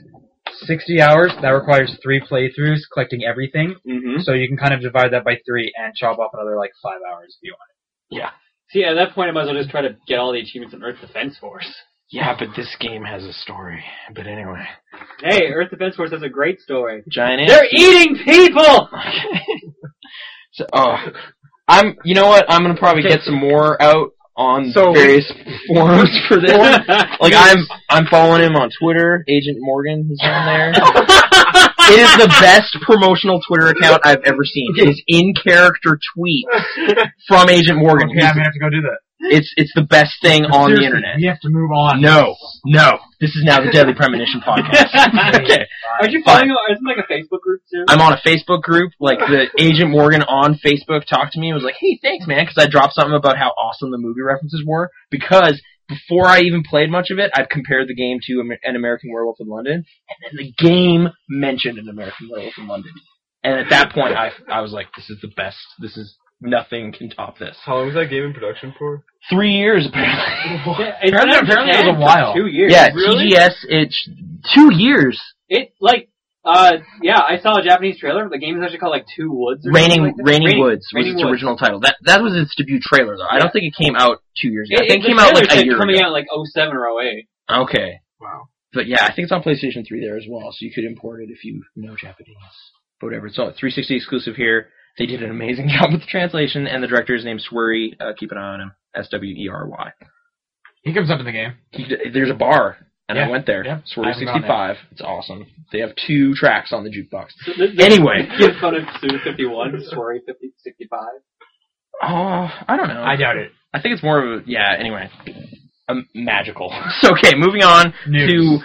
60 hours. That requires three playthroughs, collecting everything.
Mm-hmm.
So you can kind of divide that by three and chop off another like five hours if you want.
See, at that point, I might as well just try to get all the achievements in Earth Defense Force.
Yeah, but this game has a story. But anyway,
Hey, Earth Defense Force has a great story.
giant.
They're eating people.
so, oh, I'm. You know what? I'm gonna probably get some more out on
So-
various forums for this. Like I'm, I'm following him on Twitter. Agent Morgan is on there. it is the best promotional Twitter account I've ever seen. It is in character tweets from Agent Morgan.
Okay, I'm gonna have to go do that.
It's it's the best thing
But
on the
seriously,
internet.
We have to move on.
No, no. This is now the Deadly Premonition podcast. okay.
Aren't you
Fine.
following? Isn't like a Facebook group too?
I'm on a Facebook group. Like the Agent Morgan on Facebook talked to me and was like, "Hey, thanks, man," because I dropped something about how awesome the movie references were. Because before I even played much of it, I'd compared the game to Amer- an American Werewolf in London, and then the game mentioned an American Werewolf in London. And at that point, I I was like, "This is the best. This is nothing can top this."
How long was that game in production for?
Three years apparently.
Yeah, it's
Apparently-
been
apparently it was
Japan
a
for
while.
Two years.
yeah,
really?
TGS. It's two years.
It like uh yeah, I saw a Japanese trailer. The game is actually called like Two Woods. Or
Raining,
something like that.
Raining, Woods was
Raining
its
Woods.
original title. That that was its debut trailer though. I
Yeah.
don't think it came out two years
It,
ago. I think it
the
came out
trailer
like a
said
year
coming
ago.
out like 07 or 08.
Okay.
Wow.
But yeah, I think it's on PlayStation 3 there as well, so you could import it if you know Japanese. But whatever, it's all 360 exclusive here. They did an amazing job with the translation, and the director is named Swery. Uh, keep an eye on him. S W E R Y.
He comes up in the game.
He- There's a bar and
Yeah,
I went there.
yeah. I
Swerve
haven't gone
65. It's awesome. They have two tracks on the jukebox.
Anyway,
Anyway.
give fun of Sue 51, Swery 50, 65.
Oh, I don't know.
I doubt it.
I think it's more of a, yeah, anyway. Um, magical. So, okay, moving on
News.
to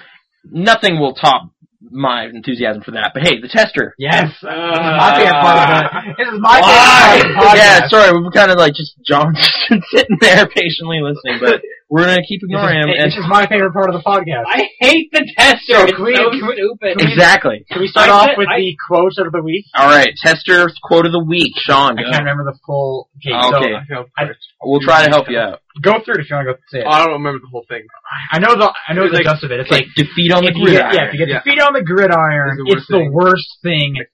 nothing will top my enthusiasm for that. But hey, the tester.
Yes.
My favorite part of it. Uh, This is my favorite part of the
yeah,
podcast.
sorry, we've kind of like just John just been sitting there patiently listening, but we're gonna keep ignoring him.
This is my favorite part of the podcast.
I hate the tester.
So,
it's
can we-
so
can we-
stupid.
and, exactly.
Can we start
I
off
said-
with
I-
the quote of the week?
All right, tester quote of the week, Sean.
I
go.
can't remember the full.
Okay,
Oh,
so
okay.
I feel
I-
pricked.
We'll try to help you out.
go through it if you want to go say it.
I don't remember the whole thing.
I know the I know
It's
the
Uh, like-
guts of it. It's
It's like
like
defeat on the
if you get,
gridiron.
yeah, if you get
Yeah.
the feet on the gridiron,
It's
it's
the worst
the
thing.
worst thing.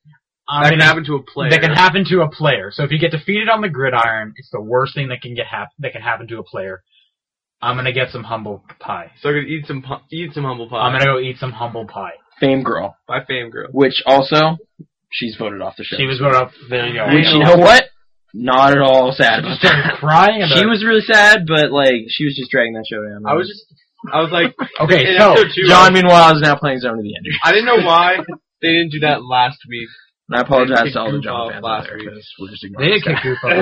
I'm
That can
gonna-
happen to a player.
that can happen to a player. So if you get defeated on the gridiron, it's the worst thing that can get hap- that can happen to a player. I'm gonna get some humble pie.
so I could eat some pu- eat some humble pie.
I'm gonna go eat some humble pie.
Fame girl,
by Fame Girl.
which also she's voted off the show.
She was voted up.
There you go.
Which you know what? Not at all sad about
started
that.
crying. About
She was really sad, but like she was just dragging that show down.
I was just I was like
okay.
in
So
episode two,
John, meanwhile, is now playing Zone of the Enders.
I didn't know why they didn't do that last week.
And I apologize to all the
Goof
John
off
fans out
last
there
week.
because we're just
they
ignoring
did
this guy.
kick goof up.
You're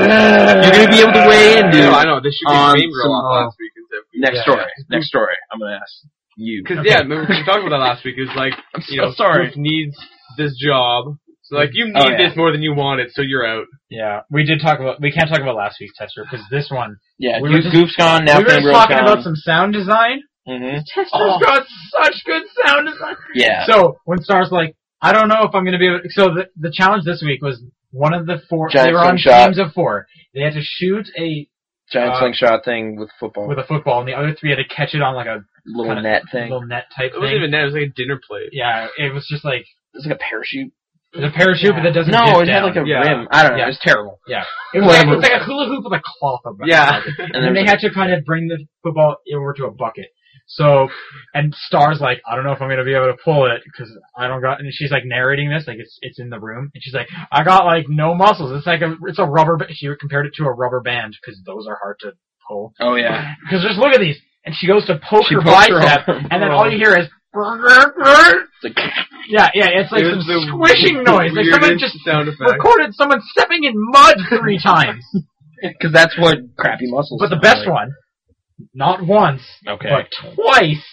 gonna be able to weigh in, dude.
No, I know. They should
Um,
be Fame Girl
some,
off
uh,
last week instead of
Next
Yeah.
story. Next story. I'm gonna ask you.
Because yeah, remember we talked about that last week. It was like
I'm so
you know,
sorry.
Goof needs this job. So like you need
Oh, yeah.
this more than you want it, so you're out.
Yeah, we did talk about. We can't talk about last week's tester because this one.
Yeah,
we
Goof,
were just-
Goof's gone. Now
we were
Fame
just
Girl's
talking
gone.
about some sound design.
hmm
Tester's got such good sound design.
Yeah.
So when Star's like, I don't know if I'm gonna be able. So the the challenge this week was one of the four.
Giant
they were on
slingshot.
teams of four. They had to shoot a
Giant
uh,
slingshot thing with football,
with a football, and the other three had to catch it on like a
little
kinda
net thing.
little net type
It wasn't
thing.
even that. It was like a dinner plate.
Yeah, it was just like
It's like a parachute.
it was a parachute, but that doesn't.
No,
dip
it had
down.
like a
Yeah.
rim. I don't know.
Yeah.
It was terrible.
It was like,
Whatever.
it's like a hula hoop with a cloth about
Yeah.
it.
And,
And then
there
they
was
had to kind of bring the football over to a bucket. So, and Star's like, I don't know if I'm gonna be able to pull it because I don't got. And she's like narrating this, like it's it's in the room, and she's like, I got like no muscles. It's like a it's a rubber. ba-" She compared it to a rubber band because those are hard to pull.
oh yeah.
Because just look at these. And she goes to poke
She
her
poked her
bicep,
arm.
and then all you hear is.
It's like,
Yeah, yeah, it's like
It
some
was the
squishing noise. Like someone
weirdest
just
sound effect.
recorded someone stepping in mud three times.
because that's what crappy muscles.
But the
sound
best
like.
one, not once,
Okay.
but twice,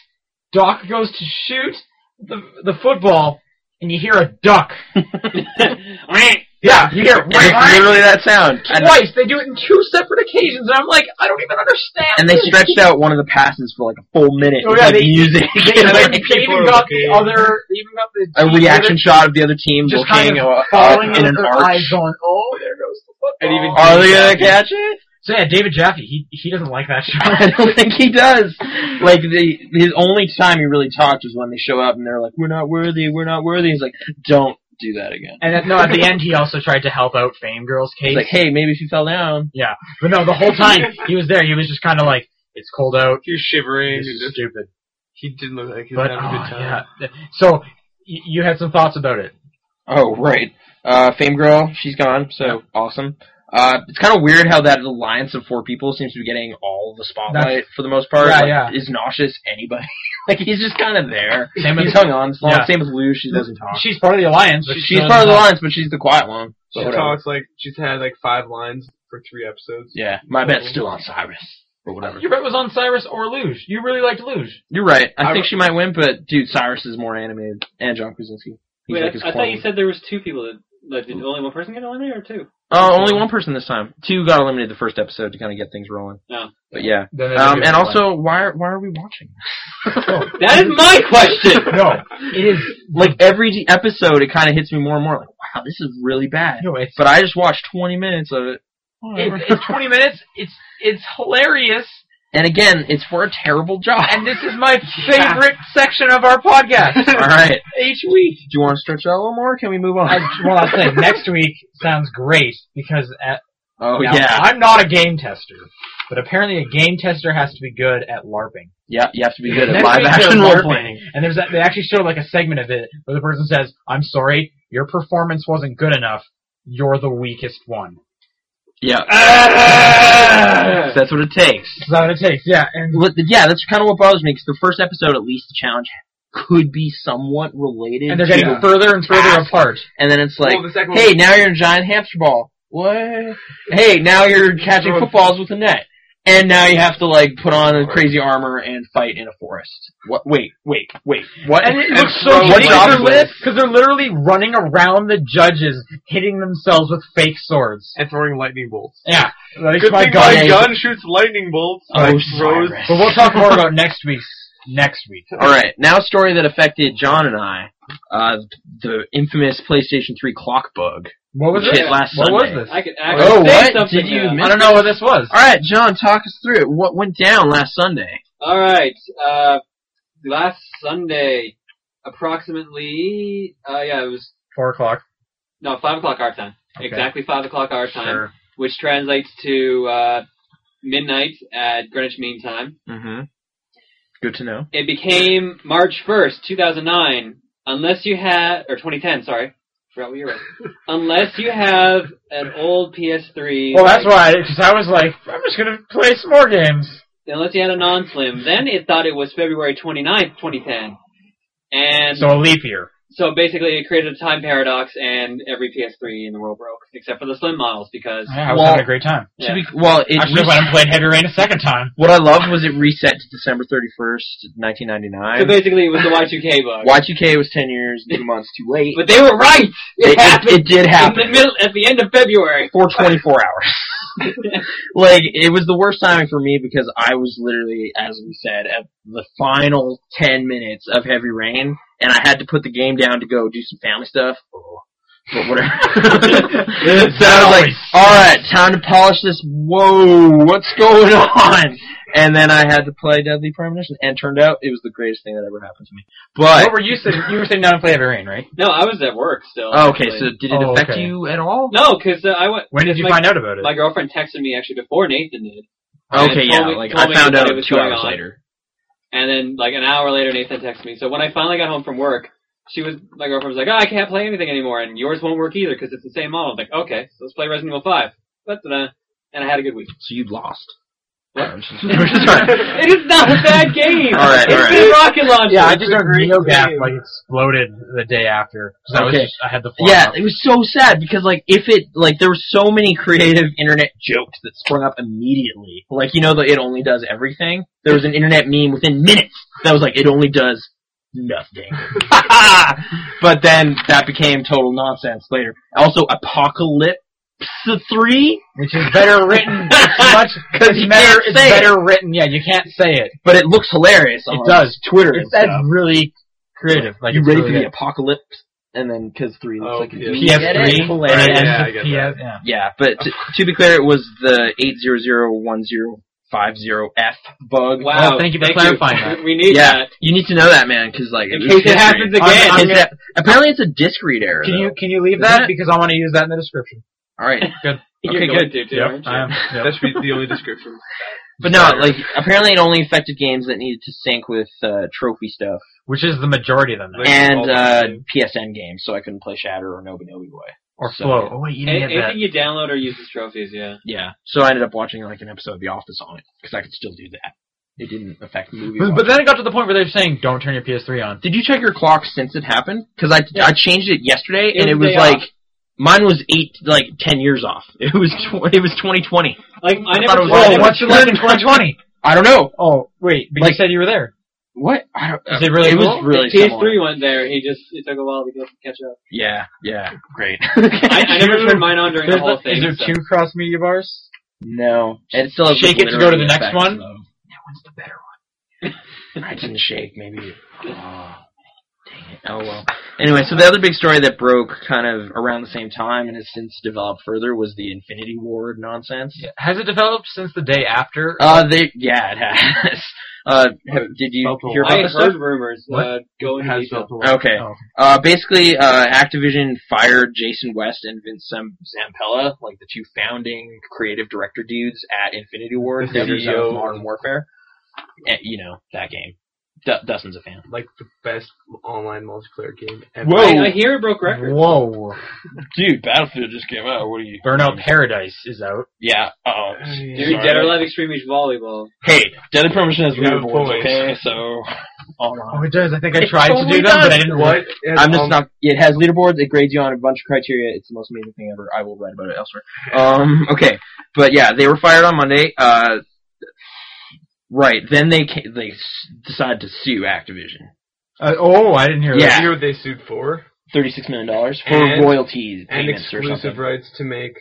Doc goes to shoot the the football, and you hear a duck. yeah, you hear
it's literally that sound. And,
twice. They do it in two separate occasions, and I'm like, I don't even understand.
and they
this.
stretched out one of the passes for like a full minute.
Oh,
with,
yeah,
like,
they-
music.
They,
and, like,
they even got the other. They even got
a
the team
reaction
with
shot of the other team
Just
looking
kind of
uh,
it falling
in an
their
arch.
eyes, going, "Oh, there goes the football."
And even-
Are they gonna catch it?
So yeah, David Jaffe, he he doesn't like that
I
show.
don't think he does. Like the his only time he really talked was when they show up and they're like, "We're not worthy. We're not worthy." He's like, "Don't do that again."
and at, no, at the end he also tried to help out Fame Girl's case.
He's like, "Hey, maybe if you fell down."
but no, the whole time he was there, he was just kind of like, "It's cold out.
He was shivering.
This
He,
is
just,
stupid."
he didn't look like he was
But
having a good
oh,
time.
yeah. So y- you had some thoughts about it?
Oh right, uh, Fame Girl, she's gone. So awesome. Uh, it's kind of weird how that alliance of four people seems to be getting all the spotlight for the most part.
Yeah,
Like,
yeah.
Is nauseous anybody? like he's just kind of there.
Same
He's
with-
hung on as long.
Yeah.
Same with Lou. She doesn't talk.
She's part of the alliance. But
She's,
she doesn't
part of the
talk.
alliance, but she's the quiet one.
She
But
uh,
whatever.
talks like she's had like five lines for three episodes.
Yeah, my bet's still on Cyrus. But whatever.
Your bet was on Cyrus or Luge. You really liked Luge.
You're right. I,
I-
think she might win, but dude, Cyrus is more animated, and John Krasinski. He's
Wait,
like his
I, I thought
clone.
you said there was two people that. Like, did only one person get eliminated or two?
oh, only one person this time. Two got eliminated the first episode to kind of get things rolling.
Oh.
But yeah.
Then they
Um,
did
and
it.
also, why are, why are we watching?
Oh.
That is my question.
no, it is
like every d- episode, it kind of hits me more and more. Like, wow, this is really bad.
no, it's
But I just watched 20 minutes of it.
it's, it's 20 minutes. It's it's hilarious,
And again, it's for a terrible job.
and this is my favorite section of our podcast
All right.
each week.
Do you want to stretch out a little more? Or can we move on?
I, one last thing. Next week sounds great because uh, at,
oh
now,
yeah,
I'm not a game tester, but apparently a game tester has to be good at LARPing.
yeah. You have to be good at
Next
live
week
action
they're
role
LARPing.
playing.
And there's that, they actually show like a segment of it where the person says, "I'm sorry, your performance wasn't good enough. You're the weakest one."
Yeah.
so
that's what it takes.
Is that what it takes? Yeah, and
What- yeah, that's kind of what bothers me because the first episode, at least, the challenge could be somewhat related.
and they're getting
to-
further and further
Ask.
apart.
and then it's like,
well, the second
hey, now you're in a giant hamster ball. What? Hey, now you're catching footballs with a net. And now you have to like put on a crazy armor and fight in a forest. What? Wait, wait, wait. What?
And it looks so
throw
funny
it off
because they're,
with.
lit, because they're literally running around the judges, hitting themselves with fake swords.
and throwing lightning bolts.
Yeah, like,
Good
my
thing
God.
my gun shoots lightning bolts.
Oh,
like
Cyrus.
Rose.
But we'll talk more about next week's next week.
All right, now a story that affected John and I. Uh, the infamous PlayStation 3 clock bug.
What was
Which
this?
hit last
what
Sunday.
was this?
I could actually
Oh,
say
what?
something.
Did you
now.
miss-
I don't know what this was.
All right, John, talk us through it. What went down last Sunday?
All right. Uh, last Sunday, approximately, uh, yeah, it was
Four o'clock.
no five o'clock our time.
Okay.
Exactly five o'clock our time,
Sure.
which translates to uh, midnight at Greenwich Mean Time.
Mm-hmm. Good to know.
It became March first, two thousand nine. Unless you had or twenty ten, sorry, forgot what year it was. Unless you have an old PS3.
Well, that's
like-
why, because I was like, I'm just gonna play some more games.
Unless you had a non-slim, then it thought it was February 29th, 2010. And
So a leap year.
So basically, it created a time paradox, and every PS3 in the world broke, except for the slim models, because
Yeah, I was
Well-
having a great time.
To
yeah,
be, well, it
I should have went and played Heavy Rain a second time.
What I loved was it reset to December 31st, 1999.
so basically it was the Y2K bug.
Y2K was 10 years, two months too late.
But they were right. It,
It,
happened
it, it did
in the
happen.
middle at the end of February.
For 24 hours. like, it was the worst timing for me because I was literally, as we said, at the final 10 minutes of Heavy Rain, and I had to put the game down to go do some family stuff. But whatever. so I was like, alright, time to polish this. Whoa, what's going on? And then I had to play Deadly Premonition, and turned out it was the greatest thing that ever happened to me. But
what were you sitting? You were sitting down and play Heavy Rain, right?
No, I was at work still.
Oh, okay, so
actually.
did it
Oh,
affect
okay.
you at all?
no, because uh, I went.
When did you
my,
find out about it?
My girlfriend texted me actually before Nathan did, And
Okay,
it
yeah,
told me-
like
told
I
me
found
that
out
it was
two
going
hours
on.
later.
and then like an hour later Nathan texted me. So when I finally got home from work, she was my girlfriend was like, "Oh, I can't play anything anymore, and yours won't work either because it's the same model." I was like, "Okay, so let's play Resident Evil 5." Da-da-da. And I had a good week.
So you lost.
What?
I'm just- I'm just sorry.
it is not a bad game.
All right,
It's
all right.
been rocket launcher.
yeah, I just heard
great
NeoGaf
game.
like exploded the day after. 'cause I was
Okay.
just, I had the fly
yeah,
up.
it was so sad because like if it like there were so many creative internet jokes that sprung up immediately. Like you know that it only does everything. There was an internet meme within minutes that was like it only does nothing. but then that became total nonsense later. Also, Apocalypse Three.
which is better written. it's much,
'Cause
it's
you
better,
can't
it's
say it.
better written. Yeah, you can't say it.
but it looks hilarious.
It
on
does.
Twitter. and
It's that's
stuff.
really creative. Like
you
it's
ready
really
for the
good.
apocalypse? And then because three looks
Oh,
like a
yeah.
beast.
PS3
Get it?
and it
Right, yeah,
ends
I
with
get
PS. Yeah.
Yeah, but to, to be clear, it was the eight zero zero one zero five zero F bug.
Wow.
Oh, thank you for clarifying that.
We need
Yeah,
that.
you need to know that, man, because like
In
was
case
history.
it happens
I'm-
again.
I'm
Is
gonna-
that- apparently, it's a disc read error.
Can
though.
you can you
Is
leave that
that-
because I want to use that in the description.
All right,
You're
Okay,
going
good.
to, too, aren't you?
I am. Yep.
That should be the only description.
but no, like apparently, it only affected games that needed to sync with uh, trophy stuff
Which is the majority of them,
Like, all
and
the
uh,
games.
PSN games, so I couldn't play Shatter or Nobinobi Boy.
or
so-
Flow. Oh wait, you
Any-
didn't get that.
Anything you download or use as trophies, yeah.
Yeah, so I ended up watching like an episode of The Office on it because I could still do that. It didn't affect movie.
But,
watching.
but then it got to the point where they're saying, "Don't turn your PS3 on."
Did you check your clock since it happened? Because I I changed it yesterday
It
and it
was
was uh,
day
like mine was eight like ten years off. It was tw- it was twenty twenty.
Like, I,
I
never
thought it was
tried
all
it.
one- what's your life in
2020?
I don't know
Oh wait, but
Like-
you said you were there.
what. I don't,
Is it really
It was
cool?
really
PS3
similar.
went there. He just it took a while to get catch up.
Yeah, yeah, great.
I, I never turned mine on during the
There's
whole
the-
thing.
is
so-
there two cross media bars?
no, and it still has
Shake it to go to
literary
the next
effects,
one?
though. That one's the better one. I didn't shake. Maybe. Oh. Dang it. Oh well. Anyway, so the other big story that broke kind of around the same time and has since developed further was the Infinity Ward nonsense.
Has it developed since the day after?
Uh, they yeah, it has. Uh, have, did you
Beltwell.
hear
I
about
heard
this stuff?
rumors.
What?
Uh, go into
Has
detail.
built the wall.
Okay.
Oh.
Uh, basically, uh, Activision fired Jason West and Vince Zam- Zampella, like the two founding creative director dudes at Infinity Ward,
The
creators of
CEO.
Modern Warfare. Eh, you know that game. Du- Dustin's a fan.
like the best online multiplayer game ever.
Whoa.
I, I hear it broke
Oh.
records.
Whoa.
Dude, Battlefield just came out. What are you?
Burnout Paradise is out.
Yeah. Oh.
Dude, Dead or Alive Extreme Beach Volleyball.
Hey, Deadly Premonition has
You have
weird boys.
boys.
Okay, so.
Oh, it does. I think I tried to
totally
do that, but I
does.
didn't.
What? It has
I'm just
all-
not. It has leaderboards. It grades you on a bunch of criteria. It's the most amazing thing ever. I will write about it elsewhere. Um. Okay. But yeah, they were fired on Monday. Uh. Right. Then they ca- they s- decided to sue Activision.
Uh, oh, I didn't hear
You
Yeah.
that.
know what they sued for?
Thirty six million dollars for
And-
royalties
and
payments or something.
exclusive rights to make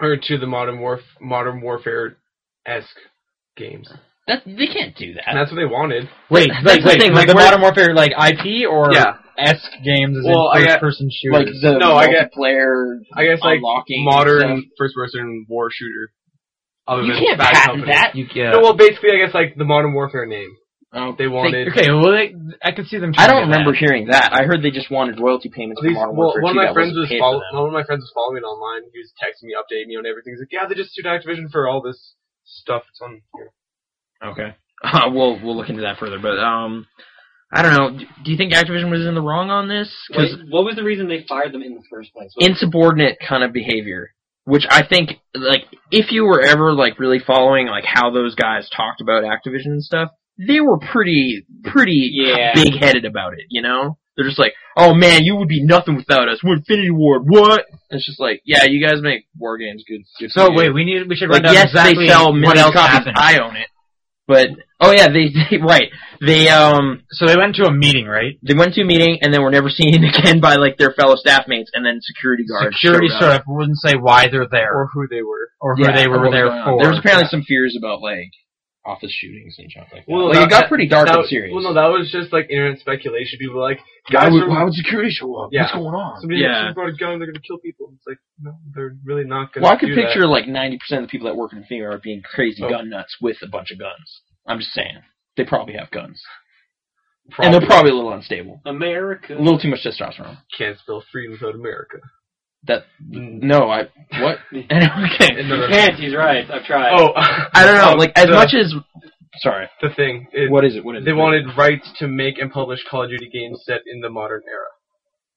or to the modern warf modern warfare esque games.
That they can't do
And
that.
that's what they wanted.
Wait,
That's
wait,
the
wait.
thing,
like
like,
the
we're-
Modern Warfare like IP or esque games as
Well, I
in
got-
first person shooters?
Like the
No, I get-
multiplayer
I guess like
unlocking
modern
stuff.
first person war shooter. Other
You
than
can't
Bad
patent
Company.
that.
you get.
No, well, basically, I guess like the Modern Warfare name.
Oh,
They wanted.
okay, well, they, I can see them.
I
trying
don't
to do
remember hearing that. I heard they just wanted royalty payments
These,
for Modern
well,
Warfare
one of
2
my
that
friends
wasn't
was
paid for
follow,
them.
one of my friends was following me online. He was texting me, updating me on everything. He's like, "Yeah, they just sued Activision for all this stuff. It's on here."
Okay. Uh, we'll we'll look into that further, but um, I don't know. D- Do you think Activision was in the wrong on this?
Wait,
Because
what was the reason they fired them in the first place? Was-
insubordinate kind of behavior, which I think, like, if you were ever like really following like how those guys talked about Activision and stuff, they were pretty pretty
Yeah.
big headed about it. You know, they're just like, oh man, you would be nothing without us. We're Infinity Ward. What? And it's just like, yeah, you guys make war games good. good
that. So
for you.
wait, we need. We should
Like,
run down
yes,
exactly
they sell
what
millions
else
copies.
happened.
I own it. But oh yeah, they, they right. They um
so they went to a meeting, right?
they went to a meeting and then were never seen again by like their fellow staff mates and then security guards.
Security
showed up.
showed up. Wouldn't say why they're there
or who they were.
or who
Yeah,
they
or
were
what
there
was going on.
for.
There was apparently some fears about like office shootings and stuff like that.
Well,
Well, like,
that-
it got
that-
pretty dark
That-
and serious.
Well, no, that was just like internet speculation. People were like,
Why
"Guys,
would-
from-
why would security show up?
Yeah.
going on?
Somebody
Yeah.
somebody brought a gun, they're gonna kill people. It's like, no, they're really not gonna
Well, I could
do
picture
that.
like ninety percent of the people that work in FEMA are being crazy
Oh.
gun nuts with a bunch of guns. I'm just saying they probably have guns
Probably.
and they're probably a little unstable,
America.
a little too much testosterone.
can't spell freedom without America.
That
Mm.
no, I what? okay.
And
You
then-
can't, he's right. I've tried.
oh,
I don't know.
oh,
Like as
the,
much as sorry,
the thing. It,
what is it? What is
they
it?
wanted rights to make and publish Call of Duty games set in the modern era.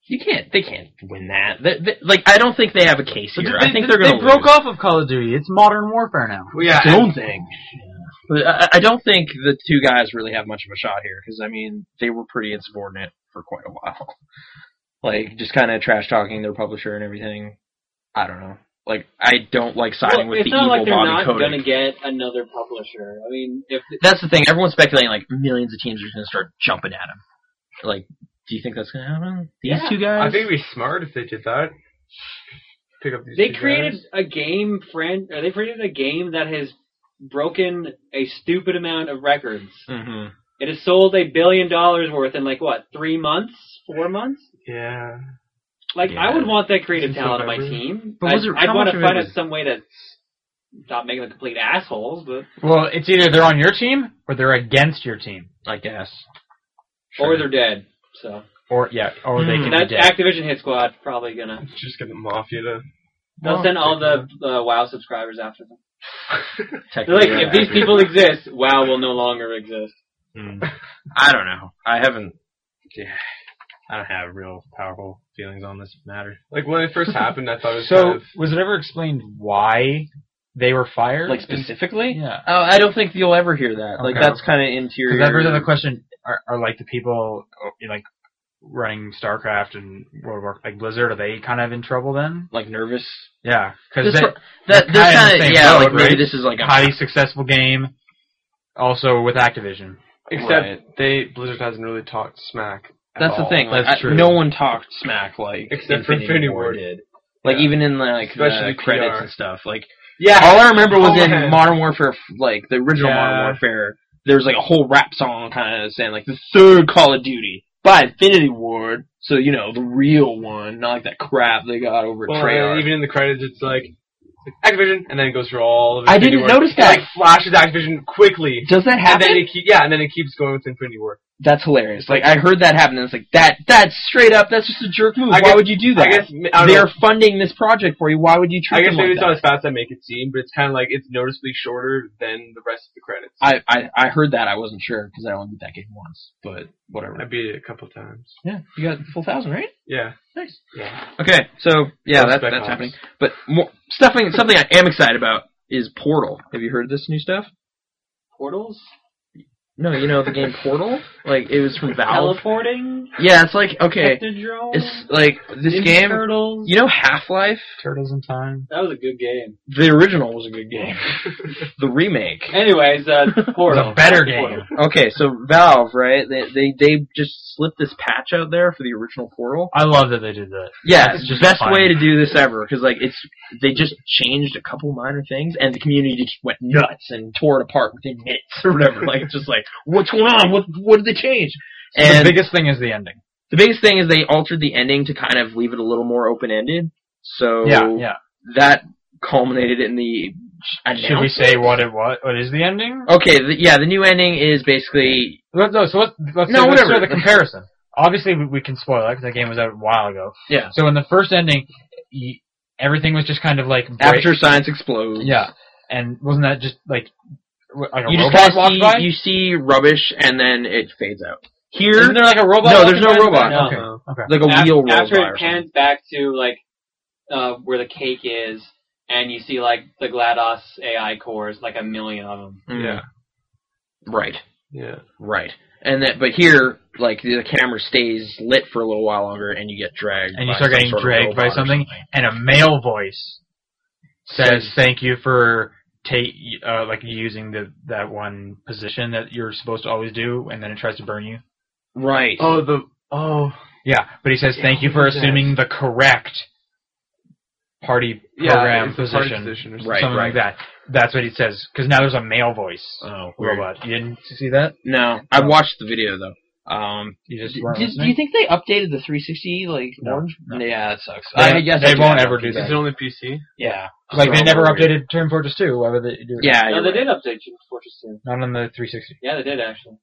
You can't. They can't win that. They, they, like I don't think they have a case
But
here.
they,
I think
they,
they're going
they broke off of Call of Duty. It's Modern Warfare now.
Well, yeah,
Don't think. But I, I don't think the two guys really have much of a shot here because I mean they were pretty insubordinate for quite a while, like just kind of trash talking their publisher and everything. I don't know. Like I don't like
Well,
siding with
it's
the
not
evil
like they're
Bobby
not
Kotick.
gonna get another publisher. I mean, if
That's the thing. Everyone's speculating like millions of teams are going to start jumping at him. Like, do you think that's going to happen? These
Yeah.
two guys.
I think it'd be smart if they did that. Pick up these.
they
two
created
guys.
a game, friend, or they created a game that has broken a stupid amount of records.
hmm
It has sold a billion dollars worth in like what three months, four months.
Yeah.
Like I
Yeah.
would want that creative
Since
talent on my
November.
team.
But was
I'd-
it-
I'd
how
want
much
to
of it
find out
was-
some way to stop making them complete assholes, but
Well, it's either they're on your team or they're against your team,
I guess.
or they're dead. So
or yeah, or they
Hmm.
can
that
be dead.
Activision hit squad probably gonna.
Just get the mafia to.
They'll
Well,
send all the uh, WoW subscribers after them. They're
Technically,
like, if these people exist, WoW will no longer exist.
Hmm.
I don't know. I haven't.
I don't have real powerful feelings on this matter.
Like when it first happened, I thought it was
So
kind of.
was it ever explained why they were fired?
Like specifically.
yeah.
Oh, I don't think you'll ever hear that. Like
Okay.
that's kind of
Because
interior.
that brings up the question: are, are like the people oh, you know, like running StarCraft and World of War, like Blizzard, are they kind of in trouble then?
Like nervous.
Yeah, because
This
that
pro- That
kinda in
that's
the
kind of
same
yeah.
boat,
like maybe
right?
this is like a
highly successful game, also with Activision.
Except
Right.
they Blizzard hasn't really talked smack. at
That's the
all.
thing. Like
That's
I-
true.
no one talked smack like
Except for Infinity Ward.
did. Like
Yeah.
even in like
Especially
the credits
PR.
and stuff. Like
Yeah.
all I remember was
Oh,
in
man.
Modern Warfare, like the original
Yeah.
Modern Warfare. There was like a whole rap song kind of saying like the third Call of Duty by Infinity Ward. So you know the real one, not like that crap they got over
Well,
at Treyarch.
and even in the credits, it's like Activision, and then it goes through all of.
I
Infinity
didn't
Ward.
notice
It,
that.
Like flashes Activision quickly,
Does that
and
happen?
then it keep, yeah, and then it keeps going with Infinity War.
That's hilarious. Like I heard that happen, and it's like that. That's straight up. That's just a jerk move.
I
Why
guess-
would you do that?
I guess I don't
They're
know.
funding this project for you. Why would you
I
treat
guess
them
maybe
like
it's not
that?
as fast as I make it seem, but it's kind of like it's noticeably shorter than the rest of the credits.
I, I I heard that. I wasn't sure because I only beat that game once, but
I
whatever.
beat it a couple times.
Yeah, you got the full thousand, right?
Yeah.
Nice.
Yeah.
Okay, so yeah, that,
Prospect
that's
Ops.
happening. But more, something something I am excited about is Portal. Have you heard of this new stuff?
Portals?
No, you know the game Portal. Like it was from
Oh.
Valve.
Teleporting?
Yeah, it's like okay,
Technodrome?
it's like this
Ninja
game.
Turtles?
You know Half Life.
Turtles in Time.
That was a good game.
The original was a good game. the remake.
Anyways, uh, Portal.
It's a better
Portal.
Okay, so Valve, right? They they they just slipped this patch out there for the original Portal.
I love that they did that.
Yeah,
That's
it's
just
best
fine.
way to do this ever because like it's they just changed a couple minor things and the community just went nuts and tore it apart within minutes or whatever. like it's just like what's going on? What what did they change? And
the biggest thing is the ending.
the biggest thing is they altered the ending to kind of leave it a little more open ended. So
yeah, yeah.
that culminated in the
Should we
announcement.
say what it what what is the ending?
Okay, the, yeah, the new ending is basically
Let, no, so let's let's,
No,
do, let's do
whatever.
the comparison. Obviously, we, we can spoil it because that game was out a while ago.
Yeah.
So in the first ending, you, everything was just kind of like break-
after science explodes.
Yeah, and wasn't that just like w- like a
you just
robot
kind
walked
of
by?
see you see rubbish and then it fades out. Here,
Isn't there like a robot?
No, there's
walking
no
by?
robot.
No.
Okay.
Um,
Okay.
like a
Af-
wheel rolls
after
by or
it pans back to like uh, where the cake is, and you see like the GLaDOS AI cores, like a million of them.
something. Hmm.
Yeah.
Right.
Yeah.
Right. And that, but here, like the camera stays lit for a little while longer, and you get dragged. by
And you
some
start getting
sort of
dragged by
robot or
something, and a male voice says, "Thank you for take uh, like using the that one position that you're supposed to always do," and then it tries to burn you.
Right.
Oh, the oh
Yeah, but he says,
Yeah,
"Thank you
he
for
does.
assuming the correct party
yeah,
program
it's the party
position,
position or something.
Right,
something like that." That's what he says. Because now there's a male voice
oh, weird.
robot. You didn't see that?
No, I watched the video though. Um,
You just
d-
weren't
do, do
listening?
you think they updated the 360 like
No,
orange?
no.
Yeah, that sucks.
They-
I guess
they
that's
won't
bad.
ever do
Is
that.
it only PC?
Yeah.
Like they
So
never
weird.
updated Turn Fortress 2. Why would they do it?
Yeah,
No,
you're
they did
right.
update Team Fortress 2.
Not on the 360.
Yeah, they did actually.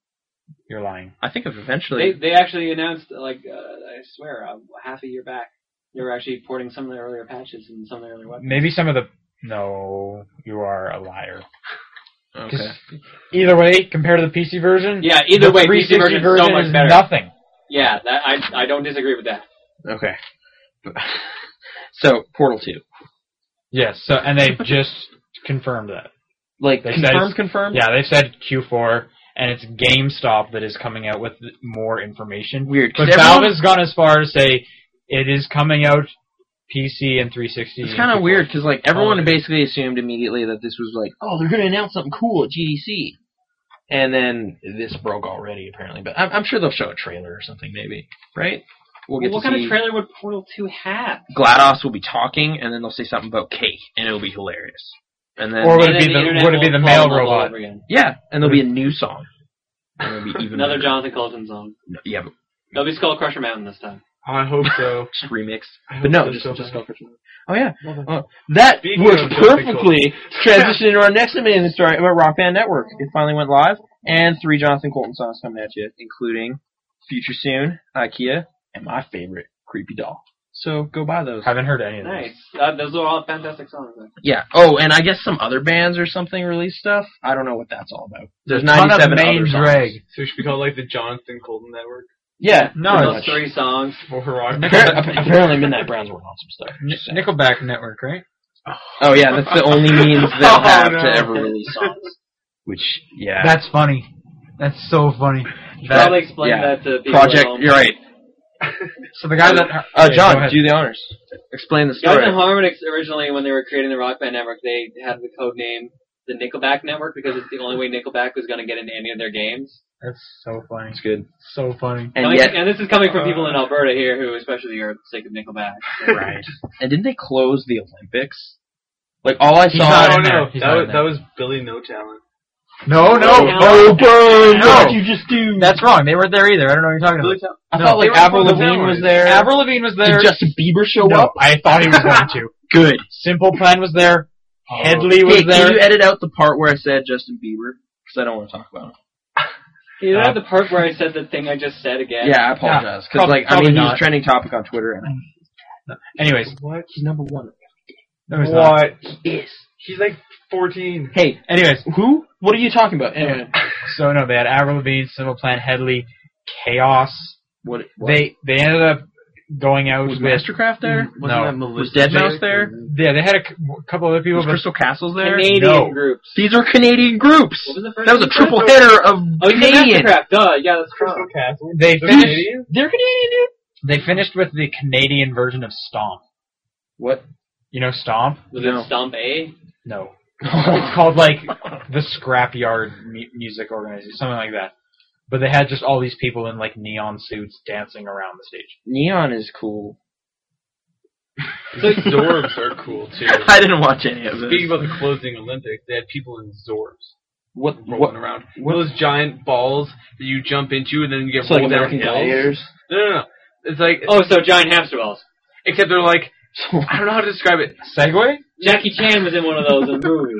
You're lying.
I think if
They
eventually.
they actually announced like uh, I swear uh, half a year back they were actually porting some of the earlier patches and some of the earlier weapons.
Maybe some of the. No, you are a liar. 'Cause
okay.
Either way, compared to the PC version,
Yeah, either
the
way, PC
360
version is so much
is
better.
nothing.
yeah, that, I I don't disagree with that.
Okay. so Portal 2,
Yes. So and they just confirmed that.
like
They said
confirmed,
it's-
confirmed.
Yeah, they've said Q4, and it's GameStop that is coming out with more information.
Weird. 'cause
But
everyone-
Valve has gone as far as say it is coming out PC and 360.
It's
in
kind of
Q4.
weird because like everyone
Oh, dude.
basically assumed immediately that this was like, oh, they're gonna announce something cool at GDC, and then this broke already apparently. But I'm, I'm sure they'll show a trailer or something maybe, right? We'll get
what
to
kind
see.
of trailer would Portal 2 have?
Glados will be talking, and then they'll say something about cake, and it'll be hilarious. And then
Or would
And
it
then
be the,
internet
would it be
will
the
blow
male
them up all
robot?
over again.
yeah, and there'll be a new song. And it'll be even
Another
better.
Jonathan Colton song.
Yeah, but
They'll be Skull Crusher Mountain this time.
I hope so.
just remix.
I hope
But no,
so,
just,
so
just
bad.
Skull Crushing. Oh yeah,
Love it.
Uh, that
Speaking
was
of Jonathan
perfectly transitioned into our next amazing story about Rock Band Network. It finally went live, and three Jonathan Colton songs coming at you, including Future Soon, IKEA, and my favorite, Creepy Doll. So go buy those.
Haven't heard any of those.
Nice. Uh, those are all fantastic songs. though.
Yeah. Oh, and I guess some other bands or something released stuff. I don't know what that's all about. There's
Ton of
97
main
other songs.
drag.
So we should be called like the Jonathan Colton Network
Yeah.
No,
pretty
it's-
much.
those three songs.
for rock.
Appar- Apparently, Midnight Browns were on some stuff.
N- Nickelback Network, right?
Oh yeah, that's the only means they'll
Oh,
have
no.
to ever release songs. Which yeah,
That's funny. That's so funny.
You
That-
probably explain
yeah.
that to people. at
project.
home.
You're right.
So the guy that
Uh,
Hey, go
John,
ahead.
do the honors. Explain the
Guys in
story.
Harmonix originally, when they were creating the Rock Band Network, they had the code name the Nickelback Network because it's the only way Nickelback was going to get into any of their games.
That's so funny.
It's good.
So funny.
And
Coming-
yet,
and this is coming from people in Alberta here who especially are sick of Nickelback.
right. And didn't they close the Olympics? Like all I
He's
saw.
not
Oh
in there.
no,
He's
that
not
was,
in
that
there.
was Billy No Talent.
No, no,
oh, burn!
No.
you just do?
That's wrong. They weren't there either. I don't know what you're talking
Billy
about.
Talent.
I
no.
thought like
They were
Avril
from the
Lavigne was
Network.
there.
Avril Lavigne was there.
Did Justin Bieber show
no,
up?
I thought he was going to.
Good.
Simple Plan was there. Headley was
Hey,
there.
Can you edit out the part where I said Justin Bieber? Because I don't want to talk about him.
Is
Uh,
that the part where I said the thing I just said again?
Yeah, I apologize because
prob-
like I mean
probably
he's
not.
a trending topic on Twitter. And
Anyways,
What?
he's number one.
no, he's not.
What?
He is.
He's like 14.
Hey,
Anyways,
who? What are you talking about? Anyway,
so no, they had Avril Lavigne, Simple Plan, Headley, Chaos.
what, what-
They they ended up going out
was
with
Mastercraft there?
Wasn't
No.
that
Was
Melissa?
Dead Mouse there?
yeah they had a c- couple other people
Was
but
Crystal Castles there?
Canadian
No.
groups.
These are Canadian groups.
What was the first
That was a
one?
triple header of
Oh, you
Canadian.
crap. Duh. Yeah, that's
Crystal
wrong.
Castle.
they
They're
finished
Canadian?
they're Canadian dude. They finished with the Canadian version of Stomp.
What?
You know Stomp?
Was
No.
it Stomp
eh?
A?
No. it's called like the Scrapyard mu- Music Organization, something like that. But they had just all these people in like neon suits dancing around the stage.
Neon is cool.
Zorbs are cool too.
I didn't watch any of
Speaking
this.
about the closing Olympics, they had people in Zorbs
What?
rolling
What?
around. Those giant balls that you jump into and then you get
It's like
rolled down
American
hills.
Gladiators.
No, no, no. It's like
Oh, so giant hamster balls.
except they're like I don't know how to describe it.
Segway?
Jackie Chan was in one of those in the movie.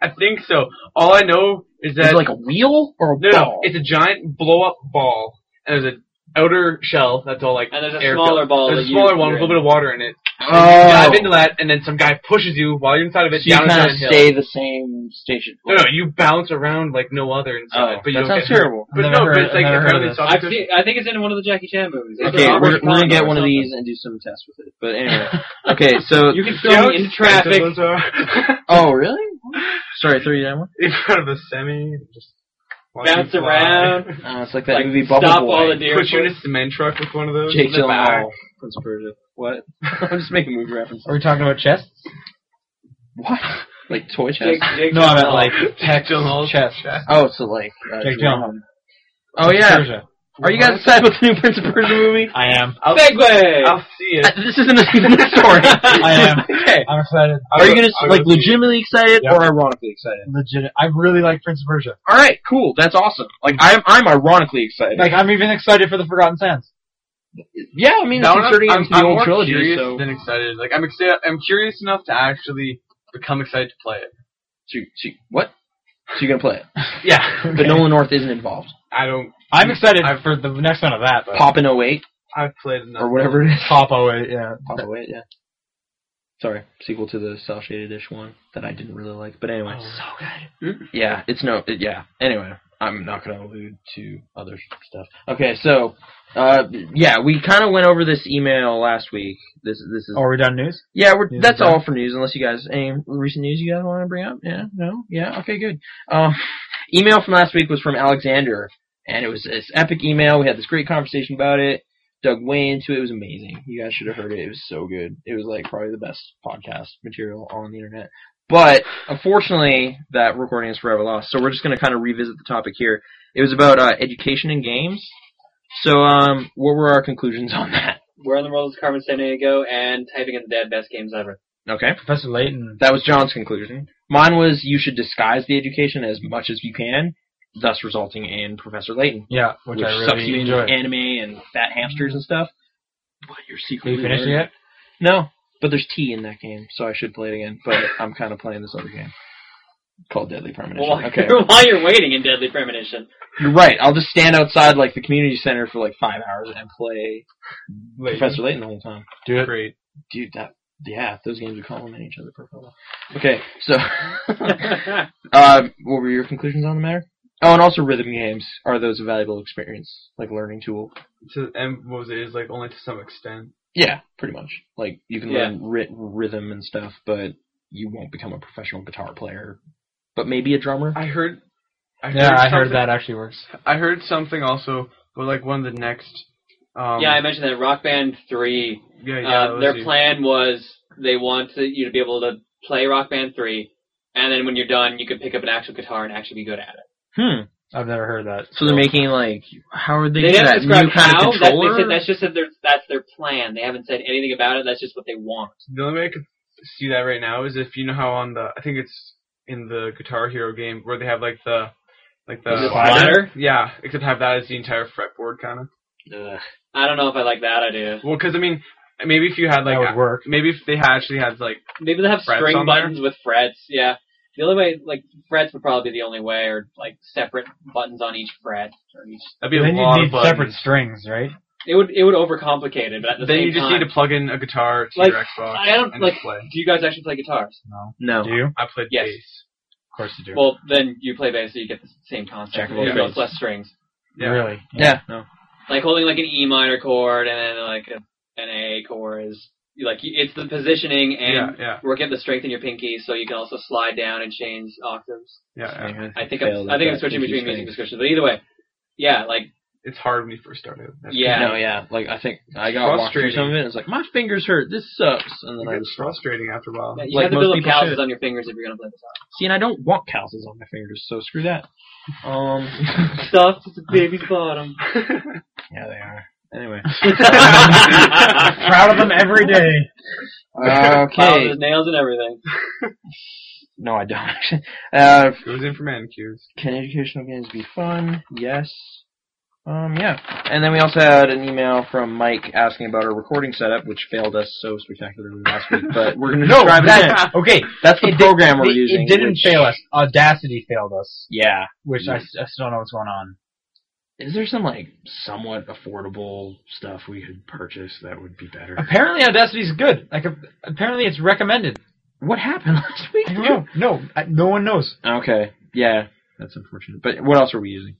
I think so. All I know is
Is
that
it like a wheel or a
no, no,
ball?
it's a giant blow up ball, and there's a outer shell that's all like
And there's a
air
smaller
filled.
ball
There's
that
a
you-
smaller one
you're
with a little bit of water in it.
oh.
You dive into that, and then some guy pushes you while you're inside of
so
it
you
down a
kind
giant
of
hill.
stay the same station.
No, no, you bounce around like no other inside,
Oh,
but you
that
don't
sounds
get hurt.
terrible.
I've
But no,
never
but
heard-
it's like
I've never heard
apparently
of
soft
I've seen,
tissue-
I think it's in one of the Jackie Chan movies. It's
Okay,
an
we're,
awkward
we're gonna get
condom
one of
or
these and do some tests with it. But anyway, okay. So,
something. You can throw me into traffic.
Those
uh,
are-
oh really? Sorry, I threw you that one.
in front of a semi. Just watch you
Bounce
fly.
around.
Uh, it's like that
Like,
movie
stop
Bubble Boy.
all the deer.
Put you in a cement truck with one of those.
Jake
in the back.
Gyllenhaal, Prince of Persia. What? I'm just making movie references.
Are we talking about chests?
What? Like toy chest?
Jake, Jake
No, I meant
Gyllenhaal.
like pecs, chest.
Oh, so like. Uh,
Jake
Gyllenhaal.
Gyllenhaal.
Oh yeah.
Persia.
Are you guys excited about the new Prince of Persia movie?
I am.
Segway.
I'll see it.
Uh, This isn't a story.
I am.
Okay.
I'm excited.
Are you gonna
I'll
like
go see it.
legitimately excited
Yeah.
or ironically excited?
Legit. I really like Prince of Persia.
All right, cool. That's awesome. Like I'm, I'm ironically excited.
Like I'm even excited for the Forgotten Sands.
yeah, I mean,
Now
it's
I'm,
inserting
I'm,
into the
I'm
old
more
trilogy.
curious
so
than excited. Like I'm excited. I'm curious enough to actually become excited to play it.
So you- so you- what? So you're gonna play it,
Yeah,
but Nolan North isn't involved.
I don't.
I'm excited
I've-
for the next one of that. But
Pop in 08
I've played enough.
or whatever it is.
Popo, yeah.
Pop 08, yeah. Sorry, sequel to the cel shaded ish one that I didn't really like. But anyway,
So
Mm-hmm. Yeah, it's no. It, yeah. Anyway, I'm not going to allude to other stuff. Okay, so uh, yeah, we kind of went over this email last week. This this is.
Are we done news?
yeah, we're,
yeah,
that's
done.
all for news. Unless you guys any recent news you guys want to bring up? Yeah. No. Yeah. Okay. Good. Um, email from last week was from Alexander, and it was this epic email. We had this great conversation about it. Dug way into it. It was amazing. You guys should have heard it. It was so good. It was like probably the best podcast material on the internet. But unfortunately, that recording is forever lost. So we're just going to kind of revisit the topic here. It was about uh, education in games. So, um, what were our conclusions on that?
Where in the world is Carmen San Diego and typing in the dead best games ever?
Okay,
Professor Layton.
that was John's conclusion. Mine was you should disguise the education as much as you can, thus resulting in Professor Layton,
Yeah, which, I
sucks
really
you
enjoy.
into anime and fat hamsters and stuff. But you're
Are
secretly
you finished
learning-
yet?
No, but there's tea in that game, so I should play it again. But I'm kind of playing this other game called Deadly Premonition.
While,
okay,
while you're waiting in Deadly Premonition.
You're right. I'll just stand outside like the community center for like five hours and play Professor Layton the whole time.
Do it.
great.
Dude, that yeah, those games would complement each other perfectly. Okay, so um, what were your conclusions on the matter? Oh, and also rhythm games are those a valuable experience, like learning tool.
To, and what was it? Is like only to some extent.
Yeah, pretty much. Like you can
Yeah.
learn ri- rhythm and stuff, but you won't become a professional guitar player. But maybe a drummer.
I heard. I heard
Yeah, I heard
something-
that actually works.
I heard something also, but like one of the next. Um,
yeah, I mentioned that Rock Band 3
yeah,
Uh,
yeah. that was
their
you.
plan was they wanted you to be able to play Rock Band 3, and then when you're done, you could pick up an actual guitar and actually be good at it.
Hmm.
I've never heard that.
So they're making like how are they,
They
doing
haven't
that
described
new kind
how.
of
That, they
controller?
said that's just that their, that's their plan. They haven't said anything about it. That's just what they want.
The only way I could see that right now is if you know how on the I think it's in the Guitar Hero game where they have like the like the
Is it
slider?
Yeah, except have that as the entire fretboard kind of.
Ugh.
I don't know if I like that idea.
Well, because I mean, maybe if you had like
that would
a-
work.
maybe if they had actually had like
Maybe they have
Frets
string
on there?
buttons with frets. Yeah, The only way, like frets, would probably be the only way, or like separate buttons on each fret or each.
That'd be a
Then
lot
you need
of buttons.
separate strings, right?
It would it would overcomplicate it, but at the
Then
same
you just
time,
need to plug in a guitar to
Like,
your Xbox
I don't
and
like.
play.
Do you guys actually play guitars?
No.
No.
Do you? Of
I played
Yes.
bass.
course you do.
Well, then you play bass, so you get the same concept.
Jack of
all
you know,
trades.
it's less strings,
Yeah.
Really?
Yeah. No.
like holding like an E minor chord and then like a, an A chord is like you- it's the positioning
Yeah,
and
yeah,
work at the strength in your pinky, so you can also slide down and change octaves.
yeah, yeah.
I think
Failed
I'm, I
at
think I'm
that
switching
pinky
between music
strength.
descriptions, but either way, yeah, like
It's hard when you first start out. That's
Yeah.
No. Yeah. Like I think I got walked through
Frustrating.
some of it. and It's like my fingers hurt. This sucks. And
It
then I
gets
just
frustrating after a while.
Yeah, you
Like
have to
most
build up
people
calluses
should.
on your fingers if you're gonna play this out.
see, and I don't want calluses on my fingers, so screw that. Um.
Stuffed to the baby's bottom.
Yeah, they are.
Anyway.
Proud of them every day.
Piled
Okay.
with nails and everything.
Um, No, I don't actually. Uh,
Goes in for manicures.
Can educational games be fun? Yes. Um, yeah. And then we also had an email from Mike asking about our recording setup, which failed us so spectacularly last week, but we're going to
No,
describe it again.
that's, okay.
That's the
it did-
program we're
it,
using.
It didn't
which-
fail us. Audacity failed us,
Yeah.
which I, s- I still don't know what's going on.
Is there some, like, somewhat affordable stuff we could purchase that would be better?
Apparently, Audacity's good. Like, a- apparently, it's recommended.
What happened last week?
I don't know. No, I, no one knows.
Okay. Yeah. That's unfortunate. But what else were we using?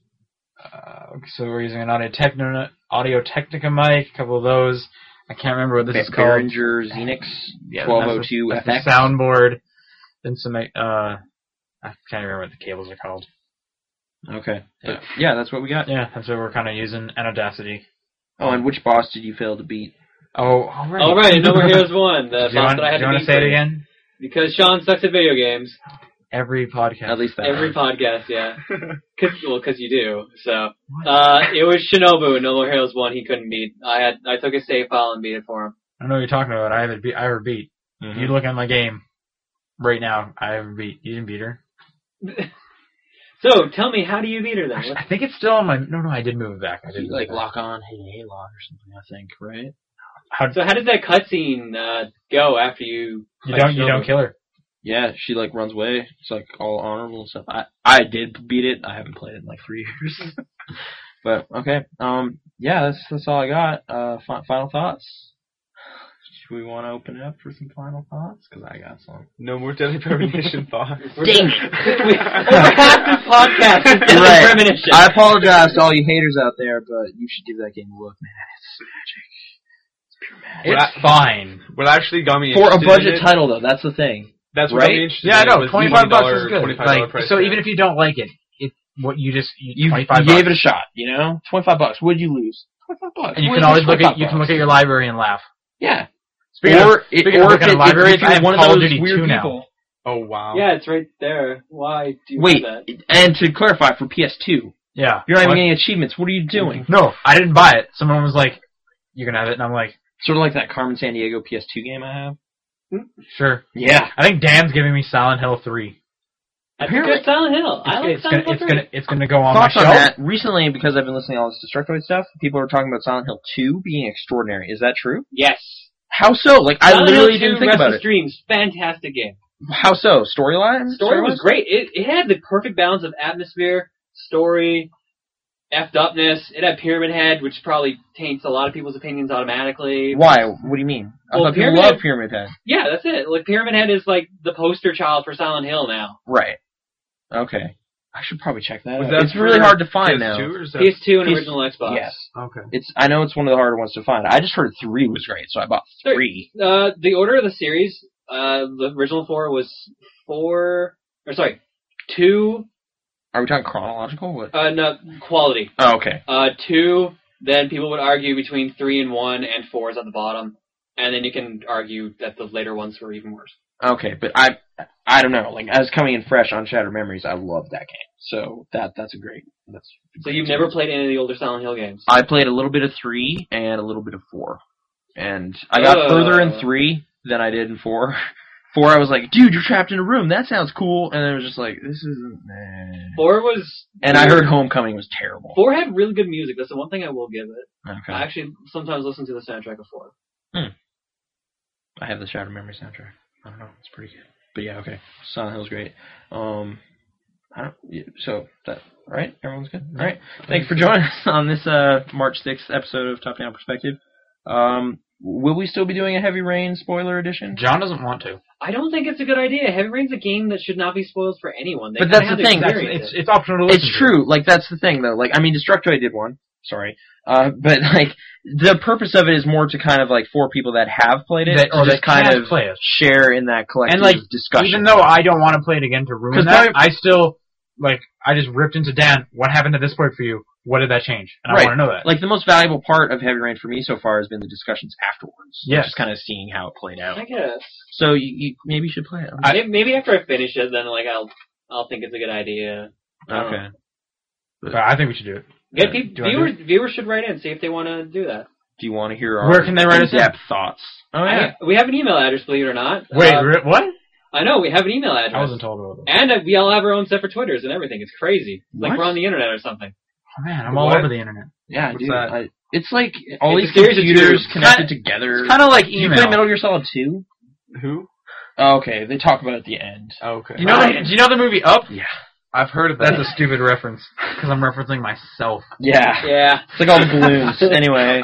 Uh, so we're using an Audio Technica, Audio Technica mic, a couple of those. I can't remember what this is called.
Behringer Xenix
Yeah,
1202
that's the-
FX.
that's the soundboard. Then some. Uh, I can't remember what the cables are called.
Okay. Yeah. yeah, that's what we got.
Yeah, that's what we're kind of using. And Audacity.
Oh, and which boss did you fail to beat?
Oh, all right.
All right, number here's one. The
do you
boss
want,
that I had
do you
to
want to
beat
say
for
it
you.
again?
because Sean sucks at video games.
Every podcast.
At least that.
Every podcast, yeah. Cause, well, 'cause you do. So uh, it was Shinobu in No More Heroes One. He couldn't beat. I had I took his save file and beat it for him.
I don't know what you're talking about. I have it beat. I have her beat.
Mm-hmm.
You look at my game right now. I have her beat. You didn't beat her.
So tell me, how do you beat her then?
Actually,
What-
I think it's still on my. No, no, I did move it back. I did move
like
it back.
lock on, hey, hey, lot or something. I think, right?
How,
So how does that cutscene uh, go after you?
you
like,
don't. You
Shinobu?
don't kill her.
Yeah, she like runs away. It's like all honorable and stuff. I I did beat it. I haven't played it in like three years. but okay, um, yeah, that's that's all I got. Uh, fi- final thoughts. Do we want to open up for some final thoughts? Because I got some.
No more deadly premonition thoughts.
Dang
We- over half this podcast is just
Right.
a premonition.
I apologize to all you haters out there, but you should give that game a look, man.
Well,
It's fine.
What actually got me
For a
interested in
budget
it,
title, though, that's the thing.
That's what got
right?
me interested.
Yeah, I
in it
know.
was
Twenty five bucks
$20
is good.
$25
Like,
price
so
tag.
even if you don't like it, it what you just
You,
you,
you
twenty five
gave it a shot, you know. Twenty five bucks. Would you lose? Twenty five bucks.
and you
Would
can
lose
always look at
25
you can look
bucks.
at your library and laugh.
Yeah.
Speaking
or
of-
it,
speaking of
or if,
looking
it,
at libraries,
if
I
you're
have
one of
Call of
those
Duty
weird
2 now.
people.
Oh wow.
Yeah, it's right there. Why do you
Wait,
do that?
and to clarify for PS2,
Yeah.
you're not even
What?
getting achievements. What are you doing?
No, I didn't buy it. Someone was like, "You can have it," and I'm like,
Sort of like that Carmen San Diego PS2 game I have.
"Sure."
Yeah.
I think Dan's giving me Silent Hill three.
That's
apparently-
a good Silent Hill. I like
It's,
Silent
gonna,
Hill
it's
three.
gonna it's gonna go on
Thoughts
my
on
shelf.
that? Recently, because I've been listening to all this Destructoid stuff, people are talking about Silent Hill 2 being extraordinary. Is that true?
Yes.
How so? Like, I
Silent
literally
Hill
didn't
2
think about
Restless
it.
Dreams, fantastic game.
How so? Storyline?
Story was
Storyline?
great. It, it had the perfect balance of atmosphere, story, effed upness. It had Pyramid Head, which probably taints a lot of people's opinions automatically.
Why? What do you mean? I
Well,
thought people
Pyramid-
love Pyramid Head.
Yeah, that's it. Like Pyramid Head is like the poster child for Silent Hill now.
Right. Okay. I should probably check that
Was
out.
that
it's really
for
hard to find now.
PS2 Or is that-
PS2 and
He's-
original Xbox.
Yes.
Okay.
It's. I know it's one of the harder ones to find. I just heard three was great, so I bought
Three.
three.
Uh, the order of the series, uh, the original four was four, or sorry, two.
Are we talking chronological? What?
Uh, no, quality.
Oh, okay.
Uh, two. Then people would argue between three and one, and four is on the bottom. And then you can argue that the later ones were even worse.
Okay, but I, I don't know. Like I was coming in fresh on Shattered Memories. I love that game. So that that's a great. That's. a
So
great
you've never
series.
played any of the older Silent Hill games?
I played a little bit of three and a little bit of four, and I got
Uh.
further in three than I did in four. Four, I was like, dude, you're trapped in a room. That sounds cool. And I was just like, this isn't. eh.
Four was.
And I heard Homecoming was terrible.
Four had really good music. That's the one thing I will give it. I
Okay.
actually sometimes listen to the soundtrack of Four.
I have the Shattered Memories soundtrack. I don't know. It's pretty good. But yeah, okay. Silent Hill's great. Um, I don't. yeah, So that all right? Everyone's good. All right. Thanks for joining us on this uh, March sixth episode of Top Down Perspective. Um, will we still be doing a Heavy Rain spoiler edition?
John doesn't want to.
I don't think it's a good idea. Heavy Rain's a game that should not be spoiled for anyone. They
But
kinda
that's
have
the
to
thing, that's-
experience
It's
it.
it's optional. To listen
It's
to.
true. Like that's the thing, though. Like I mean, Destructoid did one. Sorry, uh, but like the purpose of it is more to kind of like for people that have played it
That-
or
or
just
that
kind
can
of
play it.
share in that collective
like,
discussion.
Even though I don't want to play it again to ruin 'Cause that,
now-
I still like I just ripped into Dan. What happened to this part for you? What did that change? And
Right.
I want to know that.
like the most valuable part of Heavy Rain for me so far has been the discussions afterwards.
Yes.
just kind of seeing how it played out.
I guess.
So you, you maybe you should play it.
I-
May- maybe after I finish it, then like I'll I'll think it's a good idea. I don't
okay.
But I think we should do it.
Good
Uh,
peop-
do I do
viewers viewers should write in see if they want to do that.
Do you want to hear our
Where can they write us in?
depth thoughts? Oh
I- we have an email address, believe it or not.
Wait,
Uh,
re- what?
I know we have an email address.
I wasn't told about it.
And uh, we all have our own separate Twitters and everything. It's crazy. It's like
What?
we're on the internet or something.
Oh man, I'm all
What?
over the internet.
yeah,
What's
dude.
that?
I, it's like all
It's a
these
series of
computers
tubes.
connected together.
Kind of like
Did you play
email.
Metal Gear Solid Two? Oh,
Who?
Okay, they talk about it at the end.
Oh, okay.
You know, the, do you know the movie Up?
Yeah.
I've heard of that.
That's a stupid reference because I'm referencing myself.
Yeah,
Yeah.
it's like all the balloons. anyway,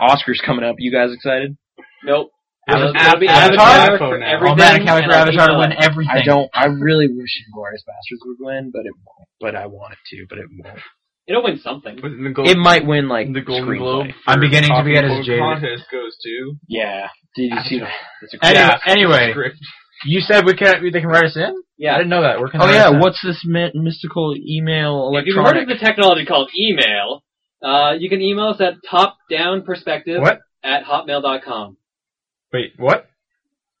Oscars coming up. You guys excited?
Nope.
Av-
It'll be
Av-
Avatar
Avatar?
for
Oh,
everything.
Oh man, I can't wait for
and I'll
Avatar
email
to win
it.
everything.
I don't. I really wish Inglourious Bastards would win, but it won't. But I want it to, but it won't.
It'll win something.
Was it the gold,
It might win like
the Golden
screenplay.
Globe.
I'm
for
beginning to
Coffee
get as
Vote
jaded.
Contest goes to
Yeah. Did you see that?
Anyway, anyway,
Script.
you said we can they can write us in. I
Yeah.
didn't know that. Where can
Oh
they write
yeah,
us in?
what's this mi- mystical email
If you've heard of
electronic?
the technology called email, uh, you can email us at topdownperspective
What?
at hotmail.com.
Wait, what?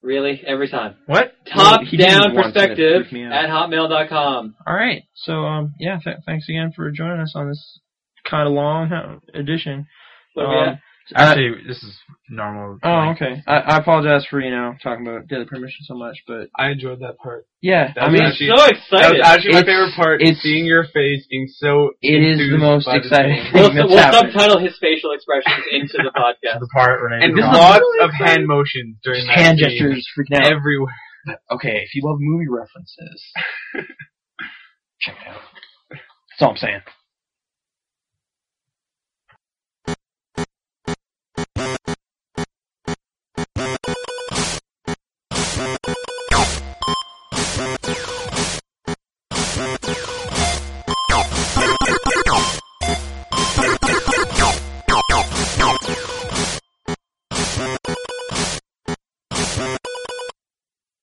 Really? Every time.
What?
Well,
Top
he did it once
down
and it
perspective
freaked me out.
at hotmail.com.
All right, so um, yeah, th- thanks again for joining us on this kind of long uh, edition.
What are we
Um,
at?
I-
Actually, this is normal.
oh,
like,
okay. I, I apologize for you know talking about daily permission so much, but
I enjoyed that part.
yeah,
That
I
was
mean,
actually-
so
That
excited.
was actually my
It's-
favorite part.
it's-
seeing your face, being so.
it is the
enthused
most
by this
exciting thing
game.
We'll,
that's
we'll
happened.
subtitle his facial expressions into the podcast.
The part where
And
they-
lots of hand motions during
Just
that
hand
scene.
gestures freaking out.
everywhere.
okay, if you love movie references, check it out. That's all I'm saying.